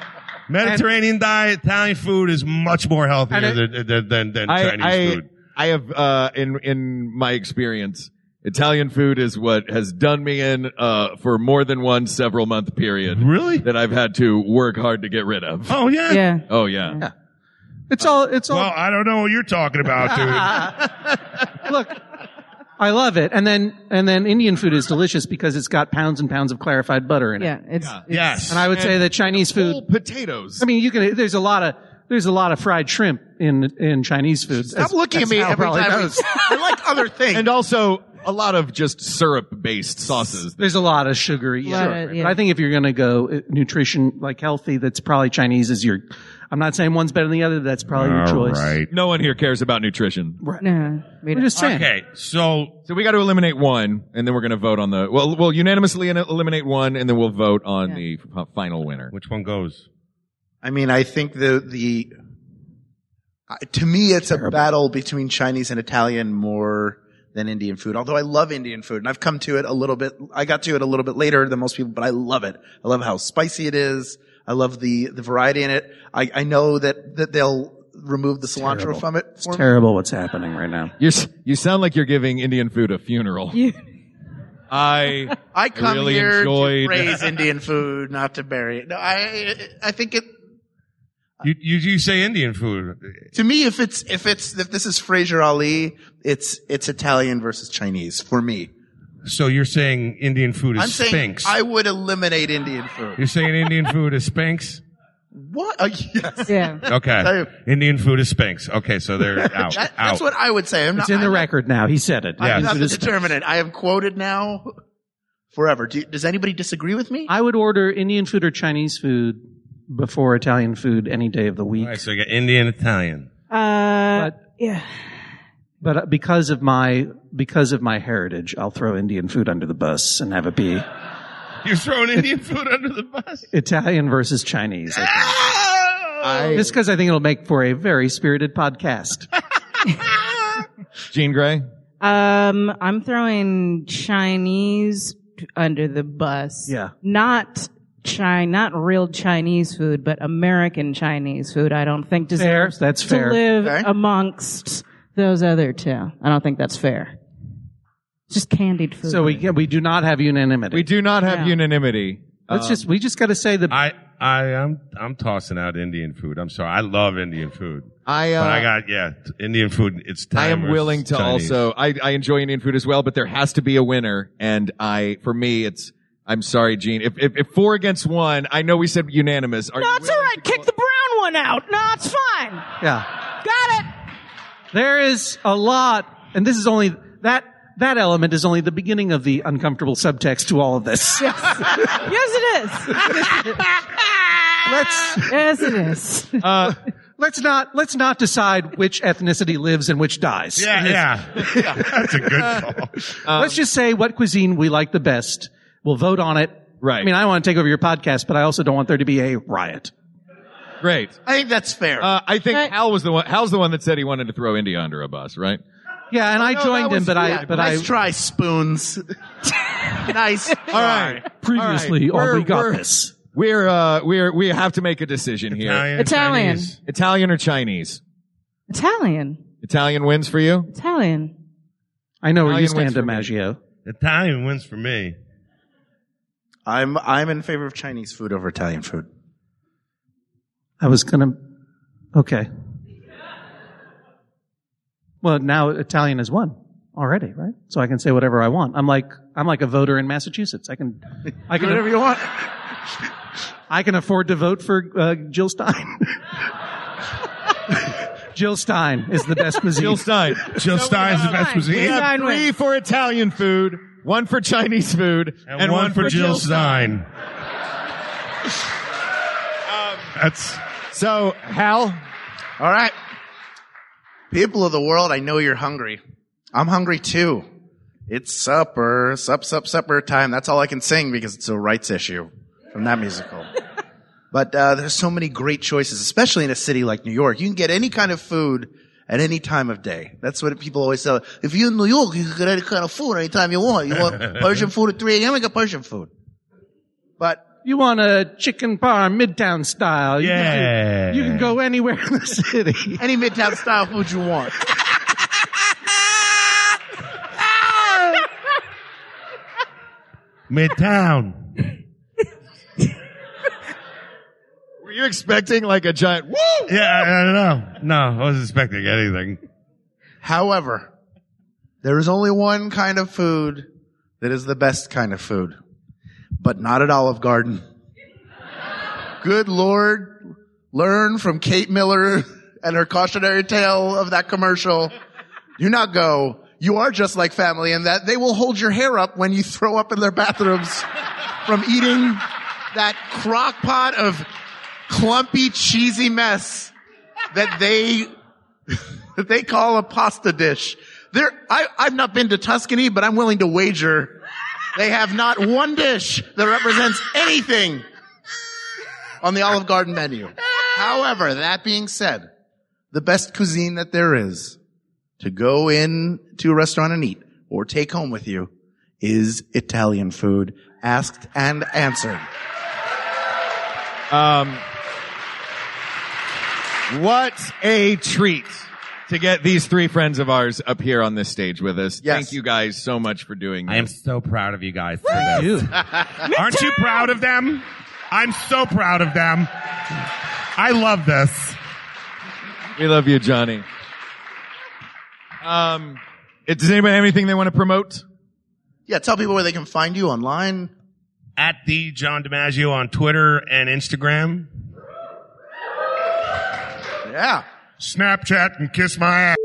Speaker 9: Mediterranean diet. Italian food is much more healthier
Speaker 6: And it-
Speaker 9: than, than, than, than Chinese
Speaker 4: I,
Speaker 9: food.
Speaker 4: I, I have, uh, in, in my experience, Italian food is what has done me in, uh, for more than one several month period.
Speaker 9: Really?
Speaker 4: That I've had to work hard to get rid of.
Speaker 9: Oh yeah.
Speaker 7: Yeah.
Speaker 4: Oh, yeah.
Speaker 6: It's all, it's all,
Speaker 9: Well, I don't know what you're talking about, dude.
Speaker 6: look, I love it. And then, and then Indian food is delicious because it's got pounds and pounds of clarified butter in it.
Speaker 7: Yeah. It's,
Speaker 9: yes.
Speaker 6: And I would say that Chinese
Speaker 4: Whole
Speaker 6: food,
Speaker 4: potatoes.
Speaker 6: I mean, you can, there's a lot of, there's a lot of fried shrimp in, in Chinese food.
Speaker 8: Stop looking at me every time. we- I like other things.
Speaker 4: and also a lot of just syrup based sauces.
Speaker 6: There's a lot of sugary. Yeah.
Speaker 7: Lot of-
Speaker 6: But
Speaker 7: yeah.
Speaker 6: I think if you're going to go uh, nutrition, like healthy, that's probably Chinese is your, I'm not saying one's better than the other. That's probably your
Speaker 9: All
Speaker 6: choice.
Speaker 9: right.
Speaker 4: No one here cares about nutrition.
Speaker 7: no. We
Speaker 6: I'm
Speaker 7: don't.
Speaker 6: just saying.
Speaker 9: Okay. So
Speaker 4: So we got to eliminate one, and then we're going to vote on the. Well, we'll unanimously eliminate one, and then we'll vote on the f- final winner.
Speaker 9: which one goes?
Speaker 8: I mean, I think the the I- to me, it's a battle between Chinese and Italian more than Indian food. Although I love Indian food, and I've come to it a little bit. I got to it a little bit later than most people, but I love it. I love how spicy it is. I love the the variety in it. I, I know that that they'll remove the cilantro from it. For me.
Speaker 6: Terrible what's happening right now.
Speaker 4: You're, s- you sound like you're giving Indian food a funeral.
Speaker 7: Yeah.
Speaker 4: I
Speaker 8: I come
Speaker 4: really
Speaker 8: here
Speaker 4: enjoyed-
Speaker 8: to praise Indian food, not to bury it. No, I I think it
Speaker 9: You, you you say Indian food.
Speaker 8: to me, if it's if it's if this is Fraser Ali, it's it's Italian versus Chinese for me.
Speaker 9: So you're saying Indian food is
Speaker 8: I'm saying
Speaker 9: Sphinx.
Speaker 8: I would eliminate Indian food.
Speaker 9: you're saying Indian food is Sphinx?
Speaker 8: What? Uh, yes.
Speaker 7: Yeah.
Speaker 9: Okay. Indian food is Sphinx. Okay, so they're out.
Speaker 8: That-
Speaker 9: out.
Speaker 8: that's what I would say. I'm
Speaker 10: It's
Speaker 8: not,
Speaker 10: in the
Speaker 8: I'm,
Speaker 10: record now. He said it.
Speaker 9: Yeah.
Speaker 8: I'm not
Speaker 10: It
Speaker 8: the
Speaker 10: is-
Speaker 8: determinant. I am quoted now forever. Do, does anybody disagree with me?
Speaker 6: I would order Indian food or Chinese food before Italian food any day of the week.
Speaker 9: All right, so you got Indian, Italian.
Speaker 7: Uh,
Speaker 6: But-
Speaker 7: yeah.
Speaker 6: But uh, because of my because of my heritage, I'll throw Indian food under the bus and have it be
Speaker 9: You're throwing Indian food under the bus.
Speaker 6: Italian versus Chinese. I think.
Speaker 8: Ah!
Speaker 6: Just because I think it'll make for a very spirited podcast.
Speaker 4: Gene Gray?
Speaker 7: Um, I'm throwing Chinese under the bus.
Speaker 6: Yeah.
Speaker 7: Not China, not real Chinese food, but American Chinese food. I don't think deserves
Speaker 6: That's
Speaker 7: to
Speaker 6: fair.
Speaker 7: live
Speaker 8: Fair.
Speaker 7: amongst those other two. I don't think that's fair. It's Just candied food.
Speaker 6: So we get- we do not have unanimity.
Speaker 4: We do not have
Speaker 7: Yeah.
Speaker 4: unanimity.
Speaker 6: Let's just we just got to say the
Speaker 9: I I am I'm tossing out Indian food. I'm sorry. I love Indian food.
Speaker 4: I, uh,
Speaker 9: But I got yeah, t- Indian food. It's time.
Speaker 4: I am
Speaker 9: versus
Speaker 4: willing to
Speaker 9: Chinese.
Speaker 4: also. I, I enjoy Indian food as well, but there has to be a winner. And I, for me, it's. I'm sorry, Gene. If, if, if four against one, I know we said unanimous. Are
Speaker 7: no,
Speaker 4: you
Speaker 7: it's all
Speaker 4: willing
Speaker 7: right.
Speaker 4: to
Speaker 7: Kick the brown one out. No, it's fine.
Speaker 6: yeah.
Speaker 7: Got it.
Speaker 6: There is a lot, and this is only that that element is only the beginning of the uncomfortable subtext to all of this.
Speaker 7: Yes, it is.
Speaker 6: Let's
Speaker 7: yes, it is.
Speaker 6: let's not let's not decide which ethnicity lives and which dies.
Speaker 9: Yeah, yeah. That's a good call.
Speaker 4: Um,
Speaker 6: Let's just say what cuisine we like the best. We'll vote on it.
Speaker 4: Right.
Speaker 6: I mean, I want to take over your podcast, but I also don't want there to be a riot.
Speaker 4: Great.
Speaker 8: I think that's fair.
Speaker 4: Uh, I think
Speaker 7: Right.
Speaker 4: Hal was the one. Hal's the one that said he wanted to throw India under a bus, right?
Speaker 6: Yeah, and I joined him, but I but
Speaker 8: nice
Speaker 6: I
Speaker 8: try, spoons. nice. All right.
Speaker 6: previously
Speaker 4: All right.
Speaker 6: on we
Speaker 4: We're-
Speaker 6: got
Speaker 4: we're-
Speaker 6: this.
Speaker 4: We're uh, we're we have to make a decision here.
Speaker 9: Italian,
Speaker 7: Italian.
Speaker 9: Chinese.
Speaker 4: Italian or Chinese?
Speaker 7: Italian.
Speaker 4: Italian wins for you.
Speaker 7: Italian.
Speaker 6: I know where you
Speaker 4: Italian wins
Speaker 6: stand,
Speaker 4: for me.
Speaker 6: DiMaggio.
Speaker 9: Italian wins for me.
Speaker 8: I'm I'm in favor of Chinese food over Italian food.
Speaker 6: I was gonna. Okay. Well, now Italian is one already, right? So I can say whatever I want. I'm like I'm like a voter in Massachusetts. I can, I can
Speaker 8: Whatever you want.
Speaker 6: I can afford to vote for uh, Jill Stein. Jill Stein is the best cuisine.
Speaker 4: Jill Stein.
Speaker 9: Jill Stein's the best
Speaker 4: We
Speaker 9: cuisine.
Speaker 4: have
Speaker 7: Stein wins.
Speaker 4: three for Italian food, one for Chinese food,
Speaker 9: and, one, for, Jill Stein. That's
Speaker 4: So Hal,
Speaker 8: All right. People of the world, I know you're hungry. I'm hungry too. It's supper, sup, sup, supper time. That's all I can sing because it's a rights issue from that musical. but uh, there's so many great choices, especially in a city like New York. You can get any kind of food at any time of day. That's what people always say. If you're in New York, you can get any kind of food anytime you want. You want Persian food at 3 a.m., you get Persian food. But
Speaker 6: You want a chicken parm, midtown style? You
Speaker 9: Yeah.
Speaker 6: can do- You can go anywhere in the city.
Speaker 8: any Midtown style food you want.
Speaker 9: Midtown.
Speaker 4: were you expecting like a giant woo?
Speaker 9: Yeah, I, I don't know. No, I wasn't expecting anything.
Speaker 8: However, there is only one kind of food that is the best kind of food, but not at Olive Garden. Good Lord, learn from Kate Miller and her cautionary tale of that commercial. Do not go. You are just like family in that they will hold your hair up when you throw up in their bathrooms from eating that crock pot of clumpy, cheesy mess that they that they call a pasta dish. There, I, I've not been to Tuscany, but I'm willing to wager they have not one dish that represents anything on the Olive Garden menu. However, that being said, the best cuisine that there is to go in to a restaurant and eat or take home with you is Italian food, asked and answered.
Speaker 4: Um, what a treat to get these three friends of ours up here on this stage with us.
Speaker 8: Yes.
Speaker 4: Thank you guys so much for doing this.
Speaker 9: I am so proud of you guys. For this. Aren't you proud of them? I'm so proud of them. I love this.
Speaker 4: We love you, Johnny. Um, it- does anybody have anything they want to promote?
Speaker 8: Yeah, tell people where they can find you online.
Speaker 9: At the John DiMaggio on Twitter and Instagram.
Speaker 8: Yeah.
Speaker 9: Snapchat and kiss my ass.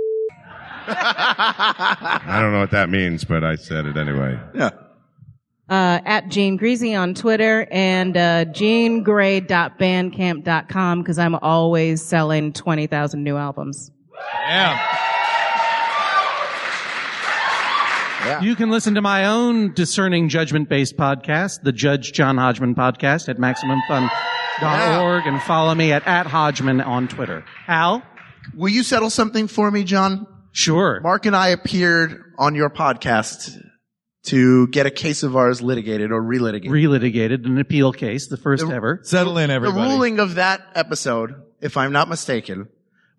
Speaker 9: I don't know what that means, but I said it anyway.
Speaker 8: Yeah.
Speaker 7: uh, at Jean Greasy on Twitter and uh, jeangray.bandcamp.com because I'm always selling 20,000 new albums.
Speaker 4: Yeah.
Speaker 6: You can listen to my own discerning judgment based podcast, the Judge John Hodgman podcast at MaximumFun.org and follow me at, at Hodgman on Twitter. Al?
Speaker 8: Will you settle something for me, John?
Speaker 6: Sure.
Speaker 8: Mark and I appeared on your podcast to get a case of ours litigated or relitigated.
Speaker 6: Relitigated an appeal case, the first ever.
Speaker 4: Settle in,
Speaker 8: the
Speaker 4: everybody.
Speaker 8: ruling of that episode, if I'm not mistaken,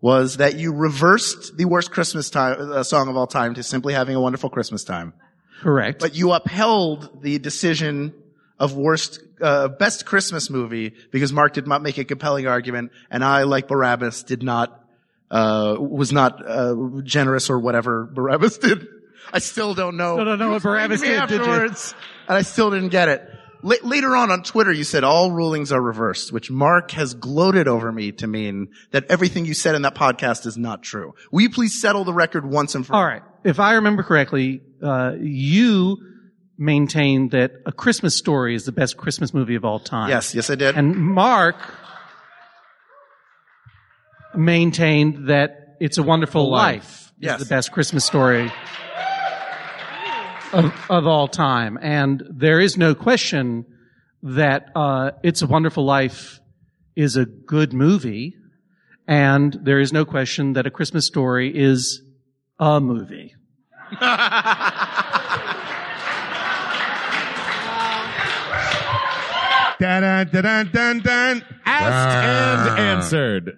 Speaker 8: was that you reversed the worst Christmas time, uh, song of all time to simply having a wonderful Christmas time.
Speaker 6: Correct.
Speaker 8: But you upheld the decision of worst, uh, best Christmas movie because Mark did not make a compelling argument, and I, like Barabbas, did not, uh, was not uh, generous or whatever Barabbas did. I still don't know.
Speaker 6: No, no, no,
Speaker 8: You
Speaker 6: what
Speaker 8: explained
Speaker 6: Barabbas
Speaker 8: to me
Speaker 6: did, did you?
Speaker 8: afterwards, and I still didn't get it. La- later on on Twitter, you said all rulings are reversed, which Mark has gloated over me to mean that everything you said in that podcast is not true. Will you please settle the record once and for
Speaker 6: All right. If I remember correctly, uh, you maintained that A Christmas Story is the best Christmas movie of all time.
Speaker 8: Yes, yes, I did.
Speaker 6: And Mark maintained that It's a Wonderful Life, is
Speaker 8: Yes.
Speaker 6: the best Christmas story of, of all time. And there is no question that uh, It's a Wonderful Life is a good movie. And there is no question that A Christmas Story is a movie.
Speaker 9: Dun, dun, dun, dun, dun.
Speaker 4: Asked
Speaker 9: Ah.
Speaker 4: and answered.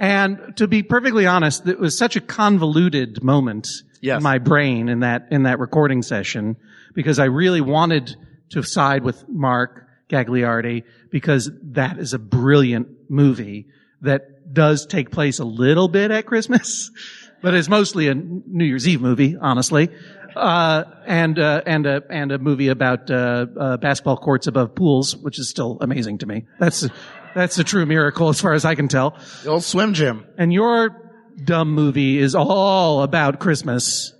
Speaker 6: And to be perfectly honest, it was such a convoluted moment
Speaker 8: Yes.
Speaker 6: in my brain in that in that recording session because I really wanted to side with Mark Gagliardi because that is a brilliant movie that does take place a little bit at Christmas, but it's mostly a New Year's Eve movie, honestly, uh, and uh, and a and a movie about uh, uh, basketball courts above pools, which is still amazing to me. That's that's a true miracle as far as I can tell.
Speaker 8: The old swim gym.
Speaker 6: And your dumb movie is all about Christmas.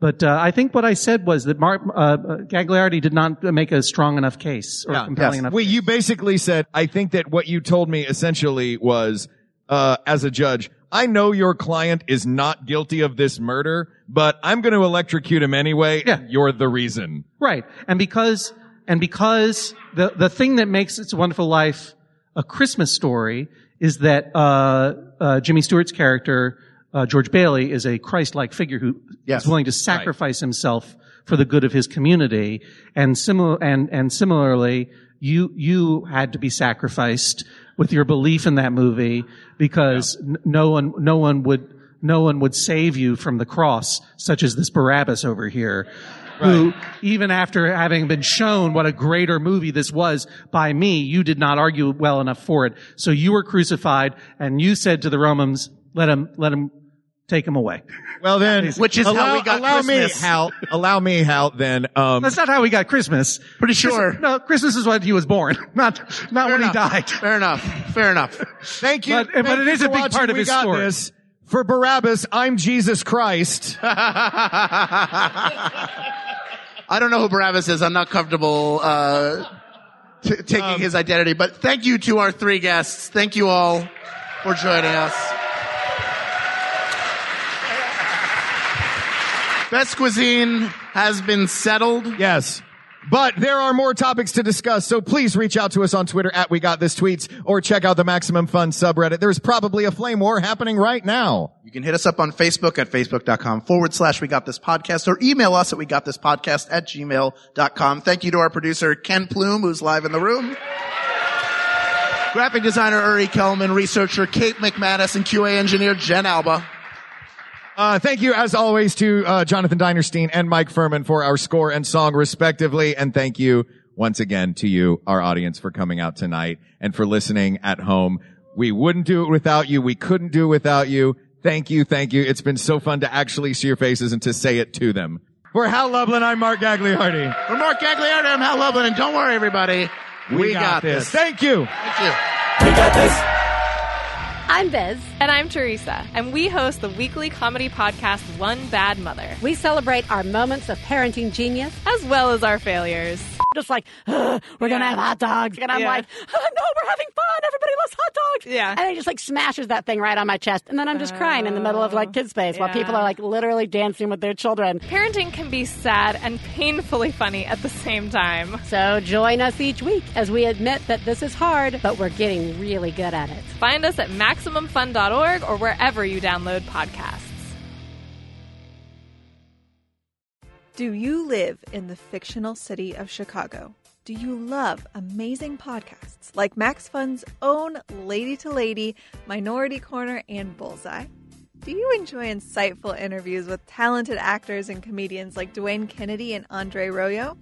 Speaker 6: But uh, I think what I said was that Mark uh, uh, Gagliardi did not make a strong enough case or compelling
Speaker 8: yes.
Speaker 6: enough.
Speaker 4: Wait, you basically said, I think that what you told me essentially was, uh, as a judge, I know your client is not guilty of this murder, but I'm going to electrocute him anyway.
Speaker 6: Yeah.
Speaker 4: You're the reason.
Speaker 6: Right. And because and because the the thing that makes It's a Wonderful Life a Christmas story is that uh, uh, Jimmy Stewart's character uh, George Bailey is a Christ-like figure who is
Speaker 8: Yes.
Speaker 6: willing to sacrifice himself for the good of his community. And similar and and similarly, you you had to be sacrificed with your belief in that movie because n- no one no one would no one would save you from the cross, such as this Barabbas over here who, even after having been shown what a greater movie this was by me, you did not argue well enough for it. So you were crucified and you said to the Romans, let him, let him take him away.
Speaker 4: Well then,
Speaker 8: Which is how
Speaker 4: allow,
Speaker 8: we got
Speaker 4: allow
Speaker 8: Christmas.
Speaker 4: me, Hal. Allow me, Hal. Then, um,
Speaker 6: That's not how he got Christmas.
Speaker 8: Pretty sure.
Speaker 6: Christmas- no, Christmas is when he was born, not, not when he died.
Speaker 8: Fair enough. Fair enough.
Speaker 4: thank you.
Speaker 6: But-
Speaker 4: thank
Speaker 6: but it
Speaker 4: you
Speaker 6: is a
Speaker 4: for
Speaker 6: big
Speaker 4: watching
Speaker 6: part of
Speaker 4: We
Speaker 6: his
Speaker 4: Got
Speaker 6: story.
Speaker 4: This. For Barabbas, I'm Jesus Christ.
Speaker 8: I don't know who Barabbas is. I'm not comfortable uh, t- taking his identity. But thank you to our three guests. Thank you all for joining us. Best cuisine has been settled.
Speaker 4: Yes. But there are more topics to discuss, so please reach out to us on Twitter at We Got This Tweets or check out the Maximum Fun subreddit. There's probably a flame war happening right now.
Speaker 8: You can hit us up on Facebook at facebook.com forward slash we got this podcast or email us at we got this podcast at gmail.com. Thank you to our producer, Ken Plume, who's live in the room. Graphic designer Uri Kelman, researcher Kate McManus, and QA engineer Jen Alba.
Speaker 4: Uh, thank you, as always, to uh, Jonathan Dinerstein and Mike Furman for our score and song, respectively. And thank you once again to you, our audience, for coming out tonight and for listening at home. We wouldn't do it without you. We couldn't do it without you. Thank you. Thank you. It's been so fun to actually see your faces and to say it to them.
Speaker 2: We're Hal Lublin. I'm Mark Gagliardi.
Speaker 8: For Mark Gagliardi, I'm Hal Lublin, and don't worry, everybody. We, got, this.
Speaker 2: Thank you.
Speaker 8: Thank you.
Speaker 5: We got this.
Speaker 7: I'm Biz.
Speaker 11: And I'm Teresa, and we host the weekly comedy podcast One Bad Mother,
Speaker 7: We celebrate our moments of parenting genius.
Speaker 11: as well as our failures.
Speaker 7: Just like, "Ugh, we're going to have hot dogs. And I'm
Speaker 11: Yeah.
Speaker 7: like, "Oh, no, we're having fun. Everybody loves hot dogs.
Speaker 11: Yeah.
Speaker 7: And it just like smashes that thing right on my chest. And then I'm just crying in the middle of like kids' space while people are like literally dancing with their children.
Speaker 11: Parenting can be sad and painfully funny at the same time.
Speaker 7: So join us each week as we admit that this is hard, but we're getting really good at it.
Speaker 11: Find us at MaximumFun.org or wherever you download podcasts.
Speaker 4: Do you live in the fictional city of Chicago? Do you love amazing podcasts like Max Fun's own Lady to Lady, Minority Corner, and Bullseye? Do you enjoy insightful interviews with talented actors and comedians like Dwayne Kennedy and Andre Royo?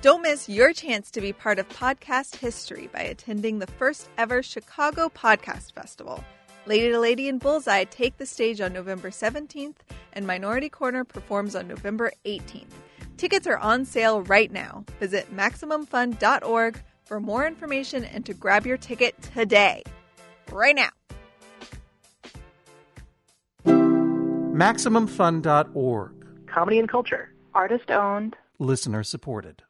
Speaker 4: Don't miss your chance to be part of podcast history by attending the first ever Chicago Podcast Festival. Lady to Lady and Bullseye take the stage on November 17th, and Minority Corner performs on November 18th. Tickets are on sale right now. Visit MaximumFun.org for more information and to grab your ticket today. Right now.
Speaker 12: MaximumFun.org.
Speaker 6: Comedy and culture. Artist owned.
Speaker 12: Listener supported.